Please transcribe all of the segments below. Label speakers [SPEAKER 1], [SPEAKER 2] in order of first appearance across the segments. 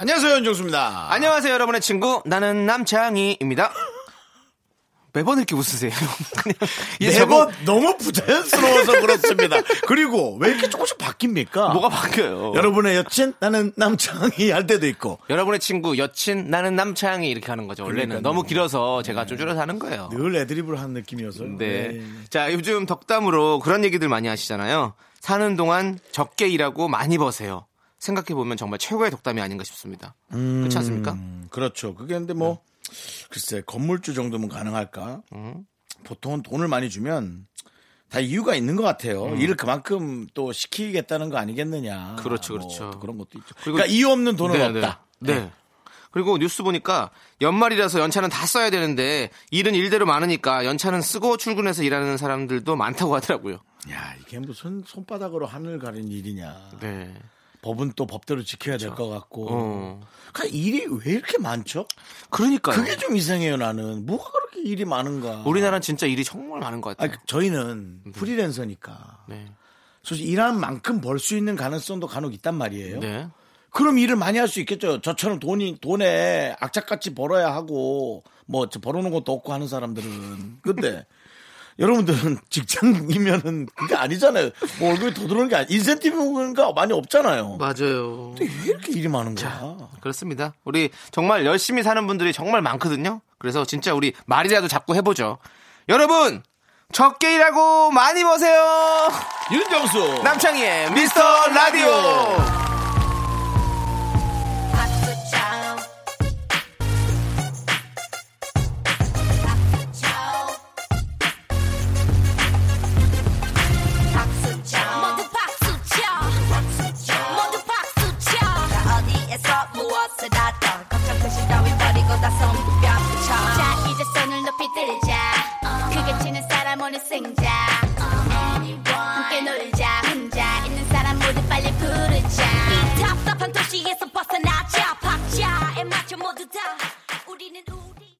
[SPEAKER 1] 안녕하세요, 윤정수입니다.
[SPEAKER 2] 안녕하세요, 여러분의 친구. 나는 남창희입니다. 매번 이렇게 웃으세요. 그냥 이게
[SPEAKER 1] 네 매번
[SPEAKER 2] 저거
[SPEAKER 1] 너무 부자연스러워서 그렇습니다. 그리고 왜 이렇게 조금씩 바뀝니까?
[SPEAKER 2] 뭐가 바뀌어요?
[SPEAKER 1] 여러분의 여친 나는 남창이 할 때도 있고
[SPEAKER 2] 여러분. 의 친구, 여친, 나는 남창희 이렇게 하는 거죠. 원래는
[SPEAKER 1] 그러니까요. 네.
[SPEAKER 2] 너무 길어서 제가 좀 줄여서 하는 거예요.
[SPEAKER 1] 늘 애드립을 하는 느낌이어서.
[SPEAKER 2] 네.
[SPEAKER 1] 네.
[SPEAKER 2] 자, 요즘 덕담으로 그런 얘기들 많이 하시잖아요. 사는 동안 적게 일하고 많이 버세요. 생각해보면 정말 최고의 덕담이 아닌가 싶습니다. 그렇지 않습니까?
[SPEAKER 1] 음, 그렇죠. 그게 근데 뭐 글쎄 건물주 정도면 가능할까?
[SPEAKER 2] 음.
[SPEAKER 1] 보통은 돈을 많이 주면 다 이유가 있는 것 같아요. 일을 그만큼 또 시키겠다는 거 아니겠느냐.
[SPEAKER 2] 음. 그렇죠,
[SPEAKER 1] 뭐
[SPEAKER 2] 그렇죠.
[SPEAKER 1] 또 그런 것도 있죠.
[SPEAKER 2] 그리고-
[SPEAKER 1] 그러니까 이유 없는 돈은
[SPEAKER 2] 네,
[SPEAKER 1] 없다.
[SPEAKER 2] 네. 네. 그리고 뉴스 보니까 연말이라서 연차는 다 써야 되는데 일은 일대로 많으니까 연차는 쓰고 출근해서 일하는 사람들도 많다고 하더라고요.
[SPEAKER 1] 야 이게 무슨 손바닥으로 하늘 가린 일이냐.
[SPEAKER 2] 네.
[SPEAKER 1] 법은 또 법대로 지켜야 될 것 같고.
[SPEAKER 2] 어.
[SPEAKER 1] 그러니까 일이 왜 이렇게 많죠?
[SPEAKER 2] 그러니까요.
[SPEAKER 1] 그게 좀 이상해요 나는. 뭐가 그렇게 일이 많은가?
[SPEAKER 2] 우리나라는 진짜 일이 정말 많은 것
[SPEAKER 1] 아니, 그
[SPEAKER 2] 같아요.
[SPEAKER 1] 저희는 프리랜서니까
[SPEAKER 2] 네.
[SPEAKER 1] 솔직히 일하는 만큼 벌 수 있는 가능성도 간혹 있단 말이에요.
[SPEAKER 2] 네.
[SPEAKER 1] 그럼 일을 많이 할 수 있겠죠. 저처럼 돈이 돈에 악착같이 벌어야 하고 뭐저 벌어놓은 것도 없고 하는 사람들은. 근데 여러분들은 직장이면은 그게 아니잖아요. 뭐 월급이 더 들어오는 게 아니 인센티브가 많이 없잖아요.
[SPEAKER 2] 맞아요.
[SPEAKER 1] 근데 왜 이렇게 아. 일이 많은 거야?
[SPEAKER 2] 그렇습니다. 우리 정말 열심히 사는 분들이 정말 많거든요. 그래서 진짜 우리 말이라도 자꾸 해보죠. 여러분! 적게 일하고 많이 버세요!
[SPEAKER 1] 윤정수
[SPEAKER 2] 남창희의 미스터 라디오!
[SPEAKER 3] 모두 박수 쳐 모두 박수 쳐 어디에서 무엇을 하던 걱정 근심 따위 버리고 다 손뼉 쳐자 이제 손을 높이 들자 크게 치는 사람 오늘 승자 어. 함께 놀자 혼자 있는 사람 모두 빨리 부르자 이 답답한 도시에서 벗어나자 박자에 맞춰 모두 다 우리는 우리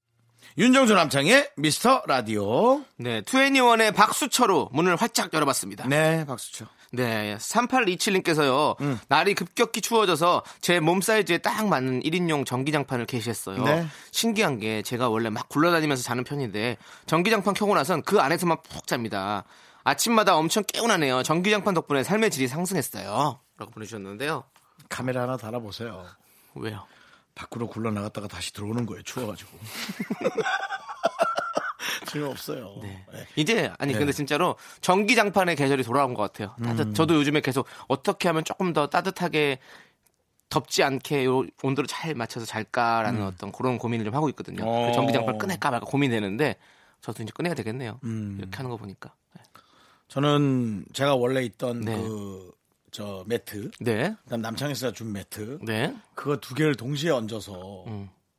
[SPEAKER 1] 윤정수 남창의 미스터 라디오.
[SPEAKER 2] 네, 투애니원의 박수처로 문을 활짝 열어봤습니다. 네,
[SPEAKER 1] 네, 박수쳐.
[SPEAKER 2] 3827님께서요, 날이 급격히 추워져서 제 몸 사이즈에 딱 맞는 1인용 전기장판을 게시했어요.
[SPEAKER 1] 네.
[SPEAKER 2] 신기한 게 제가 원래 막 굴러다니면서 자는 편인데, 전기장판 켜고 나선 그 안에서만 푹 잡니다. 아침마다 엄청 개운하네요. 전기장판 덕분에 삶의 질이 상승했어요. 라고 보내주셨는데요.
[SPEAKER 1] 카메라 하나 달아보세요.
[SPEAKER 2] 왜요?
[SPEAKER 1] 밖으로 굴러나갔다가 다시 들어오는 거예요. 추워가지고. 필요 없어요. 네. 음.
[SPEAKER 2] 이제 아니 근데 진짜로 전기장판의 계절이 돌아온 것 같아요. 따뜻- 저도 요즘에 계속 어떻게 하면 조금 더 따뜻하게 덥지 않게 요 온도를 잘 맞춰서 잘까라는 어떤 그런 고민을 좀 하고 있거든요.
[SPEAKER 1] 음. 어.
[SPEAKER 2] 그 전기장판 꺼낼까 말까 고민되는데 저도 이제 꺼내야 되겠네요.
[SPEAKER 1] 음.
[SPEAKER 2] 이렇게 하는 거 보니까.
[SPEAKER 1] 저는 제가 원래 있던
[SPEAKER 2] 네.
[SPEAKER 1] 그, 저 매트.
[SPEAKER 2] 네,
[SPEAKER 1] 그다음 남창희 씨가 준 매트.
[SPEAKER 2] 네. 음.
[SPEAKER 1] 그거 두 개를 동시에 얹어서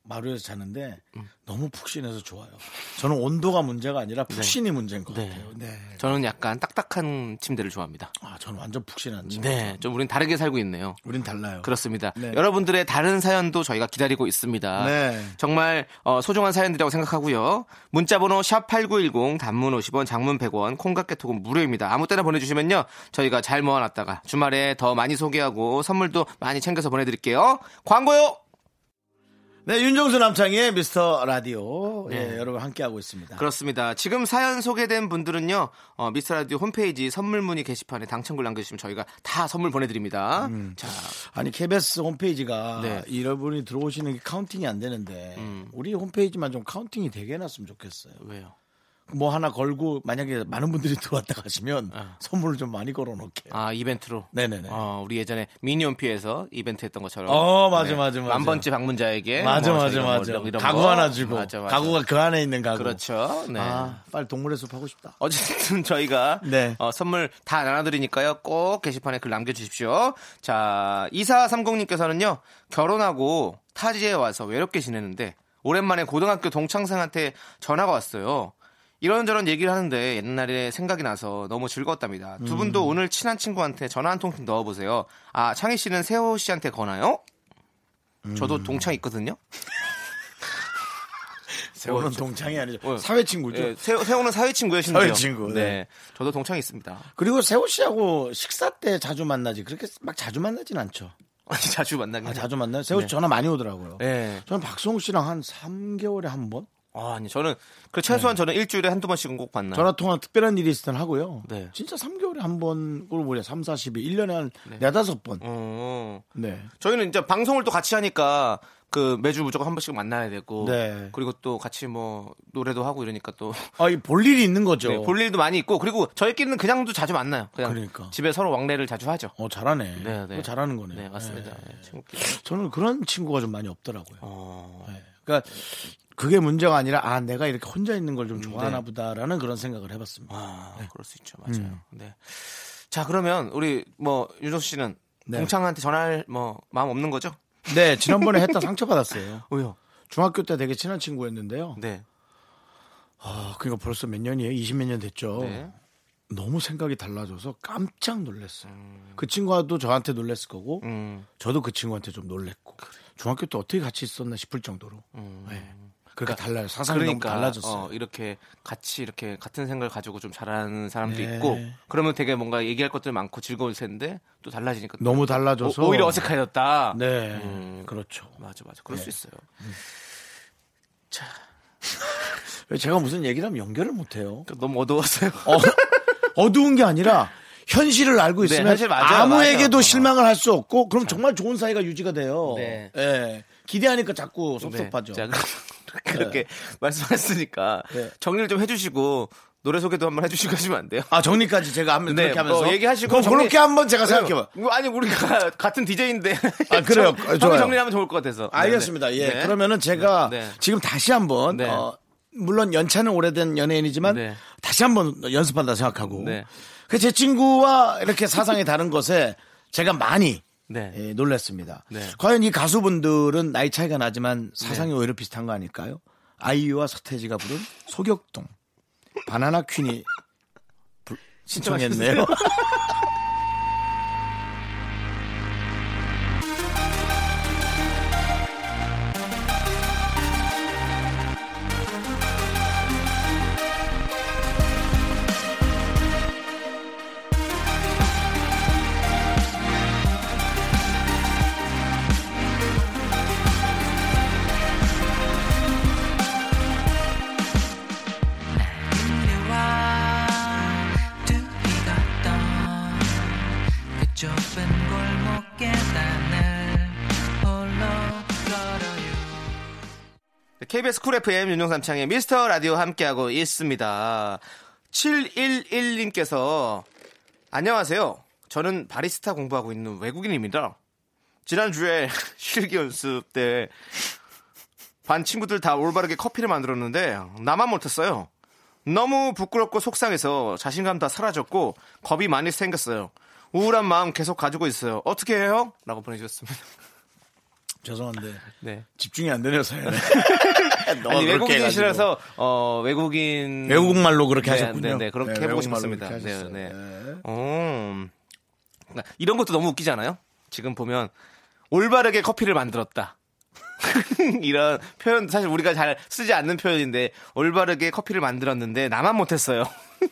[SPEAKER 1] 마루에서 자는데 너무 푹신해서 좋아요. 저는 온도가 문제가 아니라 푹신이 문제인 것
[SPEAKER 2] 네.
[SPEAKER 1] 같아요. 네.
[SPEAKER 2] 저는 약간 딱딱한 침대를 좋아합니다.
[SPEAKER 1] 아, 저는 완전 푹신한 집.
[SPEAKER 2] 네, 좀 우린 다르게 살고 있네요.
[SPEAKER 1] 우린 달라요.
[SPEAKER 2] 그렇습니다.
[SPEAKER 1] 네.
[SPEAKER 2] 여러분들의 다른 사연도 저희가 기다리고 있습니다.
[SPEAKER 1] 네.
[SPEAKER 2] 정말 어, 소중한 사연들이라고 생각하고요. 문자번호 샵 #8910 단문 50원, 장문 100원, 콩깍개톡은 무료입니다. 아무 때나 보내주시면요, 저희가 잘 모아놨다가 주말에 더 많이 소개하고 선물도 많이 챙겨서 보내드릴게요. 광고요.
[SPEAKER 1] 네, 윤정수 남창희의 미스터 라디오.
[SPEAKER 2] 네.
[SPEAKER 1] 예, 여러분 함께하고 있습니다.
[SPEAKER 2] 그렇습니다. 지금 사연 소개된 분들은요, 어, 미스터 라디오 홈페이지 선물 문의 게시판에 당첨글 남겨주시면 저희가 다 선물 보내드립니다.
[SPEAKER 1] 음.
[SPEAKER 2] 자,
[SPEAKER 1] 아니 KBS 홈페이지가
[SPEAKER 2] 네. 음.
[SPEAKER 1] 여러분이 들어오시는 게 카운팅이 안 되는데 우리 홈페이지만 좀 카운팅이 되게 해놨으면 좋겠어요.
[SPEAKER 2] 왜요?
[SPEAKER 1] 뭐 하나 걸고 만약에 많은 분들이 들어왔다 가시면
[SPEAKER 2] 아.
[SPEAKER 1] 선물을 좀 많이 걸어놓을게요.
[SPEAKER 2] 아 이벤트로.
[SPEAKER 1] 네네네.
[SPEAKER 2] 어, 우리 예전에 미니홈피에서 이벤트 했던 것처럼. 네.
[SPEAKER 1] 어, 맞아, 맞아, 맞아.
[SPEAKER 2] 만 번째 방문자에게.
[SPEAKER 1] 맞아
[SPEAKER 2] 뭐
[SPEAKER 1] 맞아
[SPEAKER 2] 이런 거,
[SPEAKER 1] 맞아.
[SPEAKER 2] 이런 거, 이런
[SPEAKER 1] 가구
[SPEAKER 2] 거.
[SPEAKER 1] 하나 주고
[SPEAKER 2] 맞아, 맞아.
[SPEAKER 1] 가구가 그 안에 있는 가구.
[SPEAKER 2] 그렇죠. 네.
[SPEAKER 1] 아 빨리 동물의 숲 하고 싶다.
[SPEAKER 2] 어쨌든 저희가
[SPEAKER 1] 네.
[SPEAKER 2] 어, 선물 다 나눠드리니까요. 꼭 게시판에 글 남겨주십시오. 자, 2430님께서는요. 결혼하고 타지에 와서 외롭게 지내는데 오랜만에 고등학교 동창생한테 전화가 왔어요. 이런저런 얘기를 하는데 옛날에 생각이 나서 너무 즐거웠답니다. 두 분도
[SPEAKER 1] 음.
[SPEAKER 2] 오늘 친한 친구한테 전화 한 통 넣어보세요. 아, 창희 씨는 세호 씨한테 거나요?
[SPEAKER 1] 음.
[SPEAKER 2] 저도 동창 있거든요.
[SPEAKER 1] 세월은 동창이 아니죠.
[SPEAKER 2] 어.
[SPEAKER 1] 사회 친구죠.
[SPEAKER 2] 예, 세, 세호는 사회 친구예요, 심지어.
[SPEAKER 1] 사회 친구, 네.
[SPEAKER 2] 저도 동창 있습니다.
[SPEAKER 1] 그리고 세호 씨하고 식사 때 자주 만나지 그렇게 막 자주 만나진 않죠.
[SPEAKER 2] 아니, 자주 만나긴
[SPEAKER 1] 아,
[SPEAKER 2] 해요.
[SPEAKER 1] 자주 만나요? 세호 씨 전화 많이 오더라고요.
[SPEAKER 2] 네.
[SPEAKER 1] 저는 박성욱 씨랑 한 3개월에 한 번?
[SPEAKER 2] 아, 아니 저는 그
[SPEAKER 1] 네.
[SPEAKER 2] 최소한 저는 일주일에 한두 번씩은 꼭 만나요.
[SPEAKER 1] 전화 통화 특별한 일이 있을 땐 하고요.
[SPEAKER 2] 네.
[SPEAKER 1] 진짜 3개월에 한 번, 그걸 뭐냐, 3, 4, 12, 1년에 한 네. 다섯번
[SPEAKER 2] 어.
[SPEAKER 1] 네.
[SPEAKER 2] 저희는 이제 방송을 또 같이 하니까 그 매주 무조건 한 번씩 만나야 되고
[SPEAKER 1] 네.
[SPEAKER 2] 그리고 또 같이 뭐 노래도 하고 이러니까 또
[SPEAKER 1] 아, 이 볼 일이 있는 거죠.
[SPEAKER 2] 네, 볼 일도 많이 있고 그리고 저희끼리는 그냥도 자주 만나요. 그냥
[SPEAKER 1] 그러니까.
[SPEAKER 2] 집에 서로 왕래를 자주 하죠.
[SPEAKER 1] 어, 잘하네.
[SPEAKER 2] 네, 네.
[SPEAKER 1] 그거 잘하는 거네.
[SPEAKER 2] 네, 맞습니다. 네, 친구끼리.
[SPEAKER 1] 저는 그런 친구가 좀 많이 없더라고요.
[SPEAKER 2] 어.
[SPEAKER 1] 네. 그러니까 그게 문제가 아니라 아, 내가 이렇게 혼자 있는 걸좀
[SPEAKER 2] 음,
[SPEAKER 1] 좋아하나
[SPEAKER 2] 네.
[SPEAKER 1] 보다라는 그런 생각을 해봤습니다.
[SPEAKER 2] 아, 그럴 수 있죠. 맞아요.
[SPEAKER 1] 음.
[SPEAKER 2] 네. 자, 그러면 우리 뭐 윤정수 씨는
[SPEAKER 1] 네.
[SPEAKER 2] 동창한테 전화할 뭐 마음 없는 거죠?
[SPEAKER 1] 네, 지난번에 했다 상처받았어요.
[SPEAKER 2] 왜요?
[SPEAKER 1] 중학교 때 되게 친한 친구였는데요.
[SPEAKER 2] 네.
[SPEAKER 1] 아, 그러니까 벌써 몇 년이에요? 20몇 년 됐죠.
[SPEAKER 2] 네.
[SPEAKER 1] 너무 생각이 달라져서 깜짝 놀랐어요. 그 친구도 저한테 놀랐을 거고,
[SPEAKER 2] 음.
[SPEAKER 1] 저도 그 친구한테 좀 놀랬고, 중학교 때 어떻게 같이 있었나 싶을 정도로. 네. 그렇게 달라요. 사상이
[SPEAKER 2] 음. 그러니까
[SPEAKER 1] 너무 달라졌어요.
[SPEAKER 2] 어, 이렇게 같이 이렇게 같은 생각을 가지고 좀 잘하는 사람도
[SPEAKER 1] 네.
[SPEAKER 2] 있고 그러면 되게 뭔가 얘기할 것들 많고 즐거울 텐데 또 달라지니까 또
[SPEAKER 1] 너무 달라져서.
[SPEAKER 2] 오, 히려 어색해졌다.
[SPEAKER 1] 네.
[SPEAKER 2] 음.
[SPEAKER 1] 그렇죠.
[SPEAKER 2] 맞아 맞아. 그럴 수 있어요.
[SPEAKER 1] 왜 제가 무슨 얘기를 하면 연결을 못해요.
[SPEAKER 2] 그러니까 너무 어두웠어요.
[SPEAKER 1] 어, 두운게 아니라, 현실을 알고
[SPEAKER 2] 네,
[SPEAKER 1] 있으면
[SPEAKER 2] 현실 맞아요,
[SPEAKER 1] 아무에게도
[SPEAKER 2] 맞아요.
[SPEAKER 1] 실망을 할 수 없고 그럼 정말 좋은 사이가 유지가 돼요.
[SPEAKER 2] 네.
[SPEAKER 1] 예. 기대하니까 자꾸
[SPEAKER 2] 네.
[SPEAKER 1] 섭섭하죠.
[SPEAKER 2] 자, 그럼 그렇게 말씀하셨으니까
[SPEAKER 1] 네.
[SPEAKER 2] 정리를 좀 해주시고 노래 소개도 한번 해주시고 하시면 안 돼요?
[SPEAKER 1] 아 정리까지 제가 하면
[SPEAKER 2] 네,
[SPEAKER 1] 그렇게 하면서
[SPEAKER 2] 뭐 얘기하시고
[SPEAKER 1] 그럼
[SPEAKER 2] 정리-
[SPEAKER 1] 그렇게 한번 제가 생각해봐.
[SPEAKER 2] 왜요? 뭐, 아니 우리가 같은 DJ인데
[SPEAKER 1] 아, 그래요. 아, 좋아요.
[SPEAKER 2] 정리하면 좋을 것 같아서.
[SPEAKER 1] 알겠습니다. 예. 그러면은 제가
[SPEAKER 2] 네, 네.
[SPEAKER 1] 지금 다시 한번
[SPEAKER 2] 네.
[SPEAKER 1] 어, 물론 연차는 오래된 연예인이지만
[SPEAKER 2] 네.
[SPEAKER 1] 다시 한번 연습한다 생각하고
[SPEAKER 2] 네.
[SPEAKER 1] 그 제 친구와 이렇게 사상이 다른 것에 제가 많이
[SPEAKER 2] 네.
[SPEAKER 1] 예, 놀랐습니다.
[SPEAKER 2] 네.
[SPEAKER 1] 과연 이 가수분들은 나이 차이가 나지만 사상이 오히려 비슷한 거 아닐까요? 아이유와 서태지가 부른 소격동 바나나 퀸이 불- 신청했네요.
[SPEAKER 4] 그와 둘이 갔던 그 좁은 골목 계단을 홀로 걸어요
[SPEAKER 2] KBS 네, 쿨 FM 윤종삼창의 미스터 라디오 함께하고 있습니다. 711님께서 안녕하세요. 저는 바리스타 공부하고 있는 외국인입니다. 지난주에 실기 연습 때 반 친구들 다 올바르게 커피를 만들었는데 나만 못했어요. 너무 부끄럽고 속상해서 자신감 다 사라졌고 겁이 많이 생겼어요. 우울한 마음 계속 가지고 있어요. 어떻게 해요? 라고 보내주셨습니다.
[SPEAKER 1] 죄송한데
[SPEAKER 2] 네.
[SPEAKER 1] 집중이 안 되네요 사연에. 너무
[SPEAKER 2] 아니
[SPEAKER 1] 그렇게 해가지고.
[SPEAKER 2] 외국인이시라서 어 외국인
[SPEAKER 1] 외국말로 그렇게
[SPEAKER 2] 네,
[SPEAKER 1] 하셨군요.
[SPEAKER 2] 네, 네, 그렇게 해보고
[SPEAKER 1] 외국말로
[SPEAKER 2] 싶었습니다.
[SPEAKER 1] 그렇게
[SPEAKER 2] 네,
[SPEAKER 1] 하셨어요.
[SPEAKER 2] 네.
[SPEAKER 1] 네.
[SPEAKER 2] 어. 그러니까 이런 것도 너무 웃기지 않아요? 지금 보면 올바르게 커피를 만들었다. 이런 표현 사실 우리가 잘 쓰지 않는 표현인데 올바르게 커피를 만들었는데 나만 못했어요.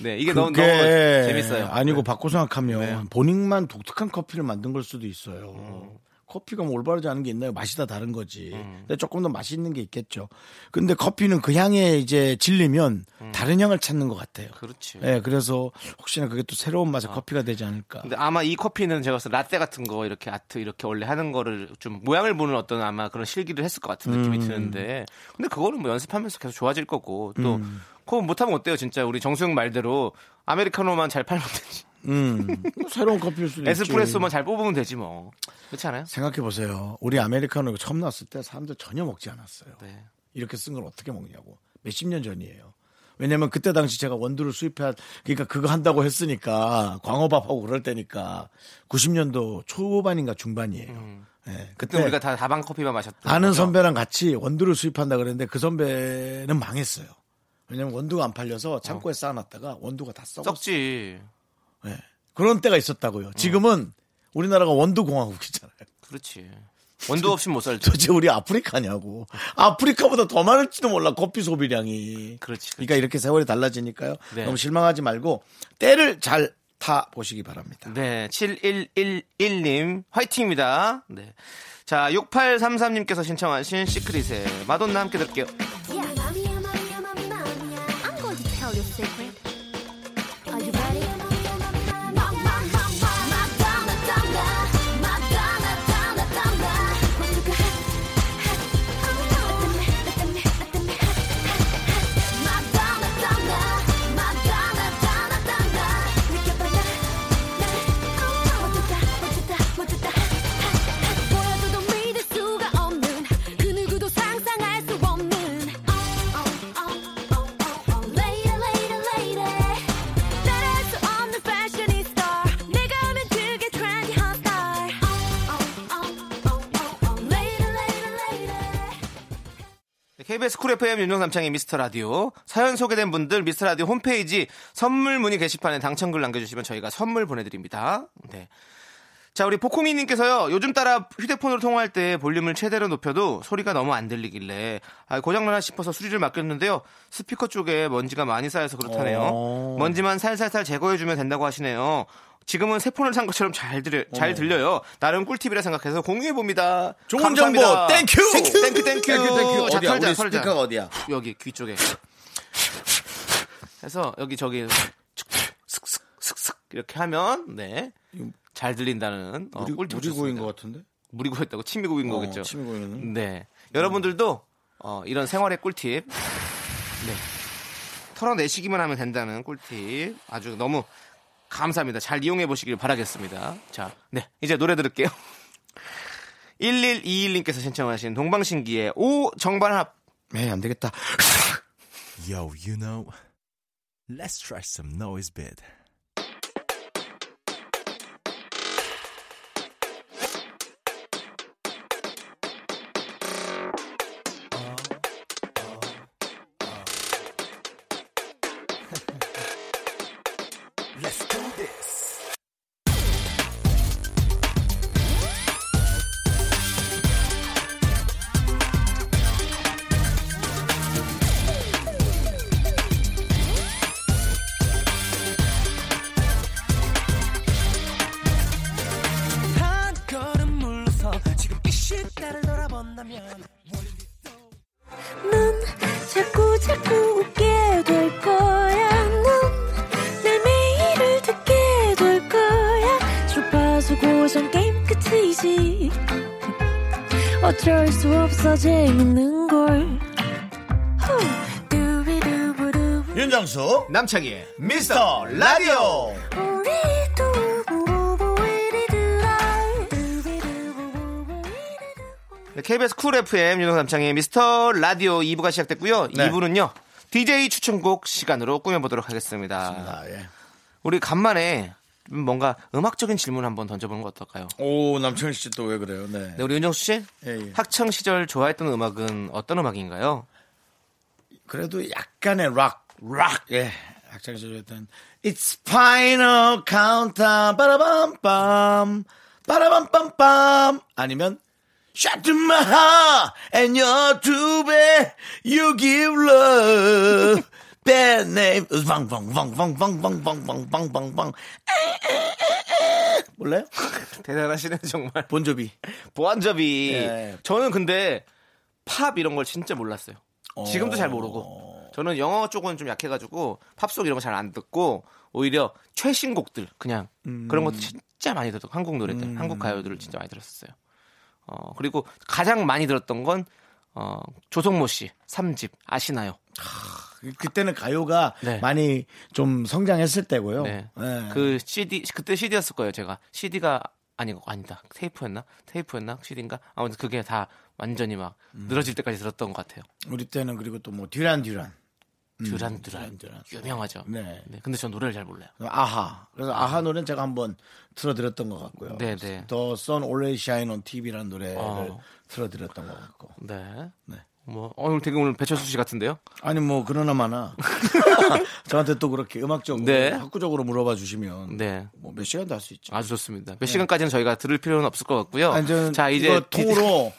[SPEAKER 2] 네 이게 너무, 너무
[SPEAKER 1] 그게
[SPEAKER 2] 재밌어요.
[SPEAKER 1] 아니고 바꿔 생각하면
[SPEAKER 2] 네.
[SPEAKER 1] 본인만 독특한 커피를 만든 걸 수도 있어요.
[SPEAKER 2] 음.
[SPEAKER 1] 커피가 뭐 올바르지 않은 게 있나요? 맛이 다 다른 거지. 근데 조금 더 맛있는 게 있겠죠. 근데 커피는 그 향에 이제 질리면 다른 향을 찾는 것 같아요.
[SPEAKER 2] 음. 그렇지. 아.
[SPEAKER 1] 예, 그래서 혹시나 그게 또 새로운 맛의 커피가 되지 않을까.
[SPEAKER 2] 근데 아마 이 커피는 제가 봤을 때 라떼 같은 거 이렇게 아트 이렇게 원래 하는 거를 좀 모양을 보는 어떤
[SPEAKER 1] 음. 음.
[SPEAKER 2] 아마 그런 실기를 했을 것 같은 느낌이 드는데 근데 그거는 뭐 연습하면서 계속 좋아질 거고 또 그거 못하면 어때요, 진짜. 우리 정수영 말대로 아메리카노만 잘 팔면 되지.
[SPEAKER 1] 뭐 새로운 커피일 수도 있지.
[SPEAKER 2] 에스프레소만 잘 뽑으면 되지 뭐. 그렇지 않아요?
[SPEAKER 1] 생각해 보세요. 우리 아메리카노 처음 나왔을 때 사람들 전혀 먹지 않았어요.
[SPEAKER 2] 네.
[SPEAKER 1] 이렇게 쓴 걸 어떻게 먹냐고. 몇십 년 전이에요. 왜냐면 그때 당시 제가 원두를 수입한 그러니까 그거 한다고 했으니까 광어밥하고 그럴 때니까 90년도 초반인가 중반이에요. 예,
[SPEAKER 2] 음. 그때 우리가 다 다방 커피만 마셨던
[SPEAKER 1] 아는
[SPEAKER 2] 거죠?
[SPEAKER 1] 선배랑 같이 원두를 수입한다 그랬는데 그 선배는 망했어요. 왜냐면 원두가 안
[SPEAKER 2] 어.
[SPEAKER 1] 팔려서 창고에 쌓아놨다가 원두가 다 썩었어요.
[SPEAKER 2] 썩지.
[SPEAKER 1] 예. 그런 때가 있었다고요. 지금은 우리나라가 원두 공화국이잖아요.
[SPEAKER 2] 그렇지. 원두 없이 못 살죠.
[SPEAKER 1] 도대체 우리 아프리카냐고. 아프리카보다 더 많을지도 몰라 커피 소비량이.
[SPEAKER 2] 그렇지,
[SPEAKER 1] 러니까 이렇게 세월이 달라지니까요.
[SPEAKER 2] 네.
[SPEAKER 1] 너무 실망하지 말고 때를 잘 타 보시기 바랍니다.
[SPEAKER 2] 네, 7111님 화이팅입니다. 네. 자, 6833님께서 신청하신 시크릿의 마돈나 함께 들을게요.
[SPEAKER 5] Yeah, mommy, yeah, mommy, yeah, mommy, mommy, yeah. I'm going to tell you a secret. Are you ready? 보여줘도 믿을 수가 없는 그 누구도 상상할 수 없는 Later later later 따라할 수 없는 패셔니스타 내가 하면 되게 트렌디한 스타일 Later later later
[SPEAKER 2] 네, KBS 쿨 FM 윤정삼창의 미스터 라디오 사연 소개된 분들 미스터 라디오 홈페이지 선물 문의 게시판에 당첨글 남겨주시면 저희가 선물 보내드립니다. 네. 자 우리 보코미님께서요 요즘 따라 휴대폰으로 통화할 때 볼륨을 최대로 높여도 소리가 너무 안 들리길래 아, 고장나나 싶어서 수리를 맡겼는데요 스피커 쪽에 먼지가 많이 쌓여서 그렇다네요
[SPEAKER 1] 어.
[SPEAKER 2] 먼지만 살살살 제거해주면 된다고 하시네요 지금은 새 폰을 산 것처럼 잘, 들, 잘 들려요 나름 꿀팁이라 생각해서 공유해봅니다
[SPEAKER 1] 좋은
[SPEAKER 2] 감사합니다.
[SPEAKER 1] 정보 땡큐!
[SPEAKER 2] 땡큐 땡큐
[SPEAKER 1] 땡큐, 땡큐.
[SPEAKER 2] 자
[SPEAKER 1] 어디야?
[SPEAKER 2] 털자
[SPEAKER 1] 우리
[SPEAKER 2] 털자
[SPEAKER 1] 스피커가 어디야?
[SPEAKER 2] 여기 귀 쪽에 해서 여기 저기 슥슥슥슥 이렇게 하면 네 잘 들린다는 어,
[SPEAKER 1] 우리
[SPEAKER 2] 꿀팁
[SPEAKER 1] 무리고인
[SPEAKER 2] 좋습니다.
[SPEAKER 1] 것 같은데?
[SPEAKER 2] 물이 고였다고 침이 고인
[SPEAKER 1] 어,
[SPEAKER 2] 거겠죠.
[SPEAKER 1] 침이 고이는.
[SPEAKER 2] 네. 여러분들도 어, 이런 생활의 꿀팁 네. 털어내시기만 하면 된다는 꿀팁 아주 너무 감사합니다. 잘 이용해 보시길 바라겠습니다. 자, 네. 이제 노래 들을게요. 1121님께서 신청하신 동방신기의 오 정반합
[SPEAKER 1] 에이, 네, 안 되겠다.
[SPEAKER 6] Yo, you know, let's try some noise bit. Let's do this.
[SPEAKER 4] 한 걸음 물러서 지금 이 시대를 돌아본다면
[SPEAKER 5] 넌 자꾸 자꾸 웃게 될 거야. 넌내 매일을 듣게 될 거야. 주파수 고정 게임 끝이지. 어쩔 수 없어 재밌는 걸. 후. 두비두부두부.
[SPEAKER 1] 윤정수,
[SPEAKER 2] 남창희의
[SPEAKER 1] 미스터 라디오!
[SPEAKER 5] 우리 두부부부 우리들아. 두비두부부부 우리들아.
[SPEAKER 2] 네, KBS 쿨 FM 윤호남창의 미스터 라디오 2부가 시작됐고요.
[SPEAKER 1] 네.
[SPEAKER 2] 2부는요. DJ 추천곡 시간으로 꾸며보도록 하겠습니다.
[SPEAKER 1] 아, 예.
[SPEAKER 2] 우리 간만에 뭔가 음악적인 질문 한번 던져보는 거 어떨까요?
[SPEAKER 1] 오, 남청희 씨 또 왜 그래요? 네.
[SPEAKER 2] 네, 우리 윤정수 씨
[SPEAKER 1] 예, 예.
[SPEAKER 2] 학창 시절 좋아했던 음악은 어떤 음악인가요?
[SPEAKER 1] 그래도 약간의 락, 락. 예. 학창시절에 했던 It's Final Countdown 빠라밤빰 빠라밤빰빰 아니면 Shut my heart and your two bed You give love Bad name 방방방방방방방방방방방 몰라요?
[SPEAKER 2] 대단하시네 정말.
[SPEAKER 1] 본조비
[SPEAKER 2] 보안잡이.
[SPEAKER 1] 예.
[SPEAKER 2] 저는 근데 팝 이런 걸 진짜 몰랐어요. 지금도 잘 모르고. 저는 영어 쪽은 좀 약해가지고 팝송 이런 거 잘 안 듣고 오히려 최신 곡들 그냥 그런 것도 진짜 많이 들었고 한국 노래들, 한국 가요들을 진짜 많이 들었었어요. 어 그리고 가장 많이 들었던 건 어, 조성모 씨 3집 아시나요?
[SPEAKER 1] 그- 그때는 가요가
[SPEAKER 2] 네.
[SPEAKER 1] 많이 좀 성장했을 때고요.
[SPEAKER 2] 네.
[SPEAKER 1] 예.
[SPEAKER 2] 그 CD 그때 CD였을 거예요. 제가 CD가 아니고 아니다. 테이프였나? 테이프였나? CD인가? 아무튼 그게 다 완전히 막
[SPEAKER 1] 음.
[SPEAKER 2] 늘어질 때까지 들었던 것 같아요.
[SPEAKER 1] 우리 때는 그리고 또 뭐 듀란 듀란.
[SPEAKER 2] 듀란
[SPEAKER 1] 듀란
[SPEAKER 2] 듀란
[SPEAKER 1] 듀란.
[SPEAKER 2] 유명하죠.
[SPEAKER 1] 음. 네.
[SPEAKER 2] 근데 전 노래를 잘 몰라요.
[SPEAKER 1] 아하. 그래서 아하 노래는 제가 한번 틀어드렸던 것 같고요.
[SPEAKER 2] 음. 네, 네.
[SPEAKER 1] The Sun Always Shine on TV라는 노래를
[SPEAKER 2] 어.
[SPEAKER 1] 틀어드렸던 것 같고.
[SPEAKER 2] 네.
[SPEAKER 1] 네.
[SPEAKER 2] 뭐 어, 오늘 되게 오늘 배철수 씨 같은데요?
[SPEAKER 1] 아니 뭐 그러나마나 저한테 또 그렇게 음악적으로
[SPEAKER 2] 네.
[SPEAKER 1] 학구적으로 물어봐 주시면
[SPEAKER 2] 네.
[SPEAKER 1] 뭐 몇 시간도 할 수 있죠.
[SPEAKER 2] 아주 좋습니다. 몇 시간까지는 저희가 들을 필요는 없을 것 같고요.
[SPEAKER 1] 네. 아니, 저는
[SPEAKER 2] 자 이제
[SPEAKER 1] 이거 통으로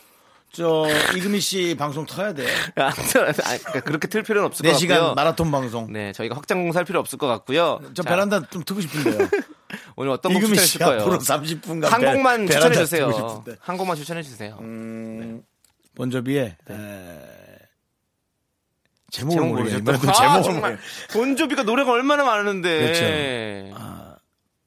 [SPEAKER 1] 저 이금희 씨 방송 터야 돼.
[SPEAKER 2] 아, 그러니까 그렇게 틀 필요는 없을 것
[SPEAKER 1] 네
[SPEAKER 2] 같고요.
[SPEAKER 1] 시간 마라톤 방송.
[SPEAKER 2] 네, 저희가 확장 공사할 필요 없을 것 같고요.
[SPEAKER 1] 저
[SPEAKER 2] 자,
[SPEAKER 1] 베란다 좀 트고 싶은데요.
[SPEAKER 2] 오늘 어떤 곡
[SPEAKER 1] 이금희 씨
[SPEAKER 2] 추천해 주실 거예요?
[SPEAKER 1] 앞으로 30분간
[SPEAKER 2] 한 곡만 추천해 주세요.
[SPEAKER 1] 싶은데.
[SPEAKER 2] 한 곡만 추천해 주세요.
[SPEAKER 1] 본조비의 에, 제목을 뭐 모르겠어요. 이번에도
[SPEAKER 2] 아,
[SPEAKER 1] 제목을
[SPEAKER 2] 정말
[SPEAKER 1] 모르겠어요.
[SPEAKER 2] 본조비가 노래가 얼마나 많은데. 어,
[SPEAKER 1] 그렇죠.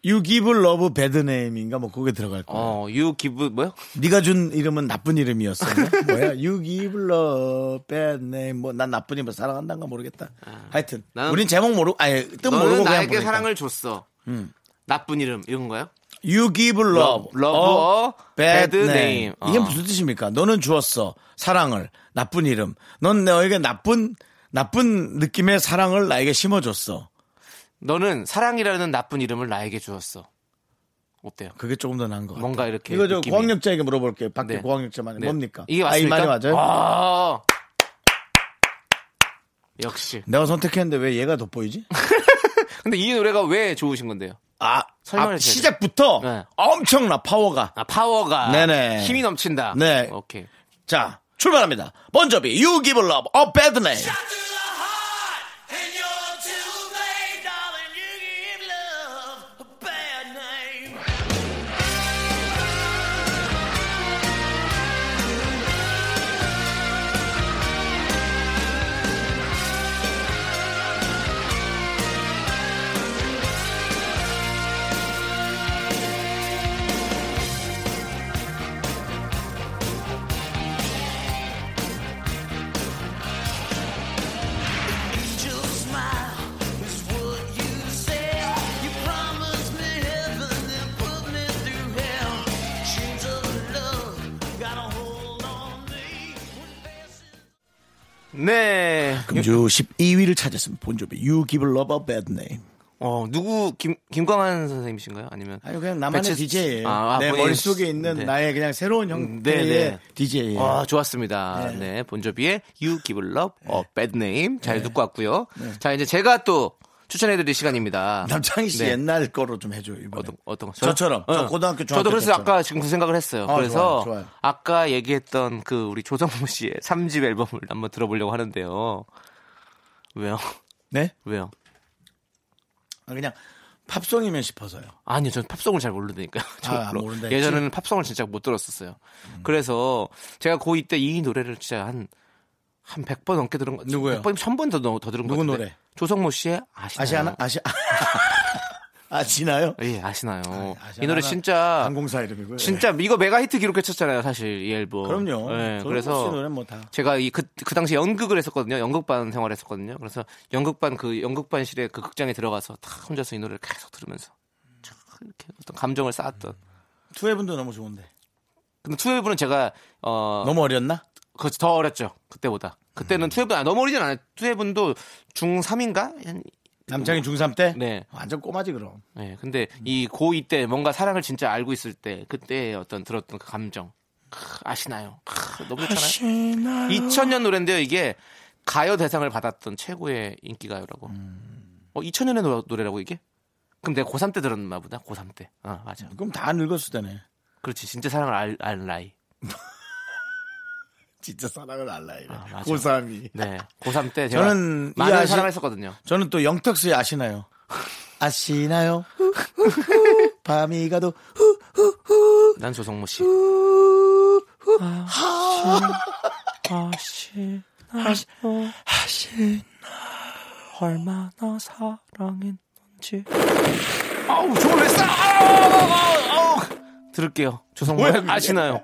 [SPEAKER 1] You Give Love Bad Name인가 뭐 그게 들어갈 거예요.
[SPEAKER 2] 어, 유 기브 뭐요?
[SPEAKER 1] 네가 준 이름은 나쁜 이름이었어. 뭐야? You Give Love Bad Name 뭐난 나쁜 이름 사랑한다는가 모르겠다. 하여튼
[SPEAKER 2] 나는-
[SPEAKER 1] 우린 제목 모르고 아예 뜻
[SPEAKER 2] 너는
[SPEAKER 1] 모르고 그냥
[SPEAKER 2] 나에게
[SPEAKER 1] 부르니까. 음.
[SPEAKER 2] 사랑을 줬어. 나쁜 이름 이건가요?
[SPEAKER 1] You give love,
[SPEAKER 2] Love,
[SPEAKER 1] a bad,
[SPEAKER 2] bad
[SPEAKER 1] name.
[SPEAKER 2] name.
[SPEAKER 1] 이게
[SPEAKER 2] 어.
[SPEAKER 1] 무슨 뜻입니까? 너는 주었어 사랑을 나쁜 이름. 넌 너에게 나쁜 나쁜 느낌의 사랑을 나에게 심어줬어.
[SPEAKER 2] 너는 사랑이라는 나쁜 이름을 나에게 주었어. 어때요?
[SPEAKER 1] 그게 조금 더 나은 것 같아.
[SPEAKER 2] 뭔가 이렇게
[SPEAKER 1] 이거 저
[SPEAKER 2] 느낌이-
[SPEAKER 1] 고학력자에게 물어볼게요. 밖에
[SPEAKER 2] 네.
[SPEAKER 1] 고학력자만
[SPEAKER 2] 네.
[SPEAKER 1] 뭡니까?
[SPEAKER 2] 이게
[SPEAKER 1] 아, 이
[SPEAKER 2] 맞습니까?
[SPEAKER 1] 말이 맞아요?
[SPEAKER 2] 아. 역시.
[SPEAKER 1] 내가 선택했는데 왜 얘가 돋보이지?
[SPEAKER 2] 아, 근데 이 노래가 왜 좋으신 건데요?
[SPEAKER 1] 아, 아,
[SPEAKER 2] 설명을 해줘야 돼.
[SPEAKER 1] 시작부터
[SPEAKER 2] 네.
[SPEAKER 1] 엄청나 파워가.
[SPEAKER 2] 아, 파워가
[SPEAKER 1] 네네.
[SPEAKER 2] 힘이 넘친다.
[SPEAKER 1] 네.
[SPEAKER 2] 오케이.
[SPEAKER 1] 자 출발합니다. 번저비 You give love, a bad name.
[SPEAKER 2] 네.
[SPEAKER 1] 금주 12위를 찾았습니다. 본조비 You give love, a bad name.
[SPEAKER 2] 어, 누구 김 김광한 선생님이신가요? 아니면
[SPEAKER 1] 아니 그냥 나만의
[SPEAKER 2] 배치-
[SPEAKER 1] DJ예요.
[SPEAKER 2] 아, 아,
[SPEAKER 1] 내
[SPEAKER 2] 본인-
[SPEAKER 1] 머릿속에 있는
[SPEAKER 2] 네.
[SPEAKER 1] 나의 그냥 새로운 형태의 예,
[SPEAKER 2] 네, 네.
[SPEAKER 1] DJ예요.
[SPEAKER 2] 아, 좋았습니다. 네. 본조비의 You Give Love
[SPEAKER 1] 네.
[SPEAKER 2] a Bad Name 잘 듣고 왔고요. 자, 이제 제가 또 추천해 드릴 시간입니다.
[SPEAKER 1] 남창희 씨
[SPEAKER 2] 네.
[SPEAKER 1] 옛날 거로 좀 해줘요. 이번에.
[SPEAKER 2] 어떤 어떤 거?
[SPEAKER 1] 저처럼, 저 고등학교,
[SPEAKER 2] 저도
[SPEAKER 1] 중학교
[SPEAKER 2] 그래서
[SPEAKER 1] 때처럼.
[SPEAKER 2] 아까 지금 그 생각을 했어요.
[SPEAKER 1] 아,
[SPEAKER 2] 그래서
[SPEAKER 1] 좋아요, 좋아요.
[SPEAKER 2] 아까 얘기했던 그 우리 조성모 씨의 3집 앨범을 한번 들어보려고 하는데요. 왜요?
[SPEAKER 1] 네?
[SPEAKER 2] 왜요? 어-
[SPEAKER 1] 아, 그냥 팝송이면 싶어서요.
[SPEAKER 2] 아니요, 저는 팝송을 잘 모르니까요. 저
[SPEAKER 1] 아,
[SPEAKER 2] 물론
[SPEAKER 1] 모른다 음.
[SPEAKER 2] 예전에는 팝송을 진짜 못 들었었어요. 그래서 제가 고2 때 이 노래를 진짜 한, 한 100번 넘게 들은 것 같아요.
[SPEAKER 1] 누구예요?
[SPEAKER 2] 100번, 1000번 더, 넘- 더 들은 것
[SPEAKER 1] 누구
[SPEAKER 2] 같아요.
[SPEAKER 1] 노래?
[SPEAKER 2] 조성모 씨의 아시나요?
[SPEAKER 1] 아시아나? 아시 아시나요? 네,
[SPEAKER 2] 예, 아시나요?
[SPEAKER 1] 아시아나
[SPEAKER 2] 이 노래 진짜,
[SPEAKER 1] 항공사 이름이고요.
[SPEAKER 2] 진짜 이거 메가 히트 기록했었잖아요, 사실 이 앨범.
[SPEAKER 1] 그럼요.
[SPEAKER 2] 예,
[SPEAKER 1] 그래서
[SPEAKER 2] 그래서
[SPEAKER 1] 노래 뭐 다.
[SPEAKER 2] 제가 이 그 그 당시 연극을 했었거든요. 연극반 생활을 했었거든요. 그래서 연극반 그 연극반실에 그 극장에 들어가서 탁 혼자서 이 노래를 계속 들으면서 쫙 이렇게 어떤 감정을 쌓았던
[SPEAKER 1] 투애분도 너무 좋은데.
[SPEAKER 2] 근데 투웨브는 제가 어
[SPEAKER 1] 너무 어렸나?
[SPEAKER 2] 그더 어렸죠 그때보다
[SPEAKER 1] 음.
[SPEAKER 2] 그때는 투웨브 아, 너무 어리진 않아요 투웨브도 중 3인가
[SPEAKER 1] 남창희 중3 때?
[SPEAKER 2] 네.
[SPEAKER 1] 완전 꼬마지 그럼.
[SPEAKER 2] 네 근데 이 고2 때 뭔가 사랑을 진짜 알고 있을 때 그때 어떤 들었던 그 감정 크, 아시나요 크, 너무 좋잖아요 2000년 노래인데요 이게 가요 대상을 받았던 최고의 인기가요라고
[SPEAKER 1] 음.
[SPEAKER 2] 어 2000년의 노, 노래라고 이게 그럼 내가 고3 때 들었나 보다 고3 때아 어, 맞아
[SPEAKER 1] 그럼 다 늙었을 때네.
[SPEAKER 2] 그렇지 진짜 사랑을 알, 알 나이
[SPEAKER 1] 진짜 사랑을 알라 이래.
[SPEAKER 2] 아, 맞아.
[SPEAKER 1] 고3이.
[SPEAKER 2] 네 고3 때 제가
[SPEAKER 1] 저는 이
[SPEAKER 2] 많은
[SPEAKER 1] 아시-
[SPEAKER 2] 사랑을 했었거든요
[SPEAKER 1] 저는 또 영탁씨 아시나요? 아시나요? 밤이 가도
[SPEAKER 2] 난 조성모 씨. 아시, 아시, 아시, 얼마나 사랑했는지. 아우, 저걸 왜 싸? 아우, 아우, 아우. 들을게요. 조성모 아시나요?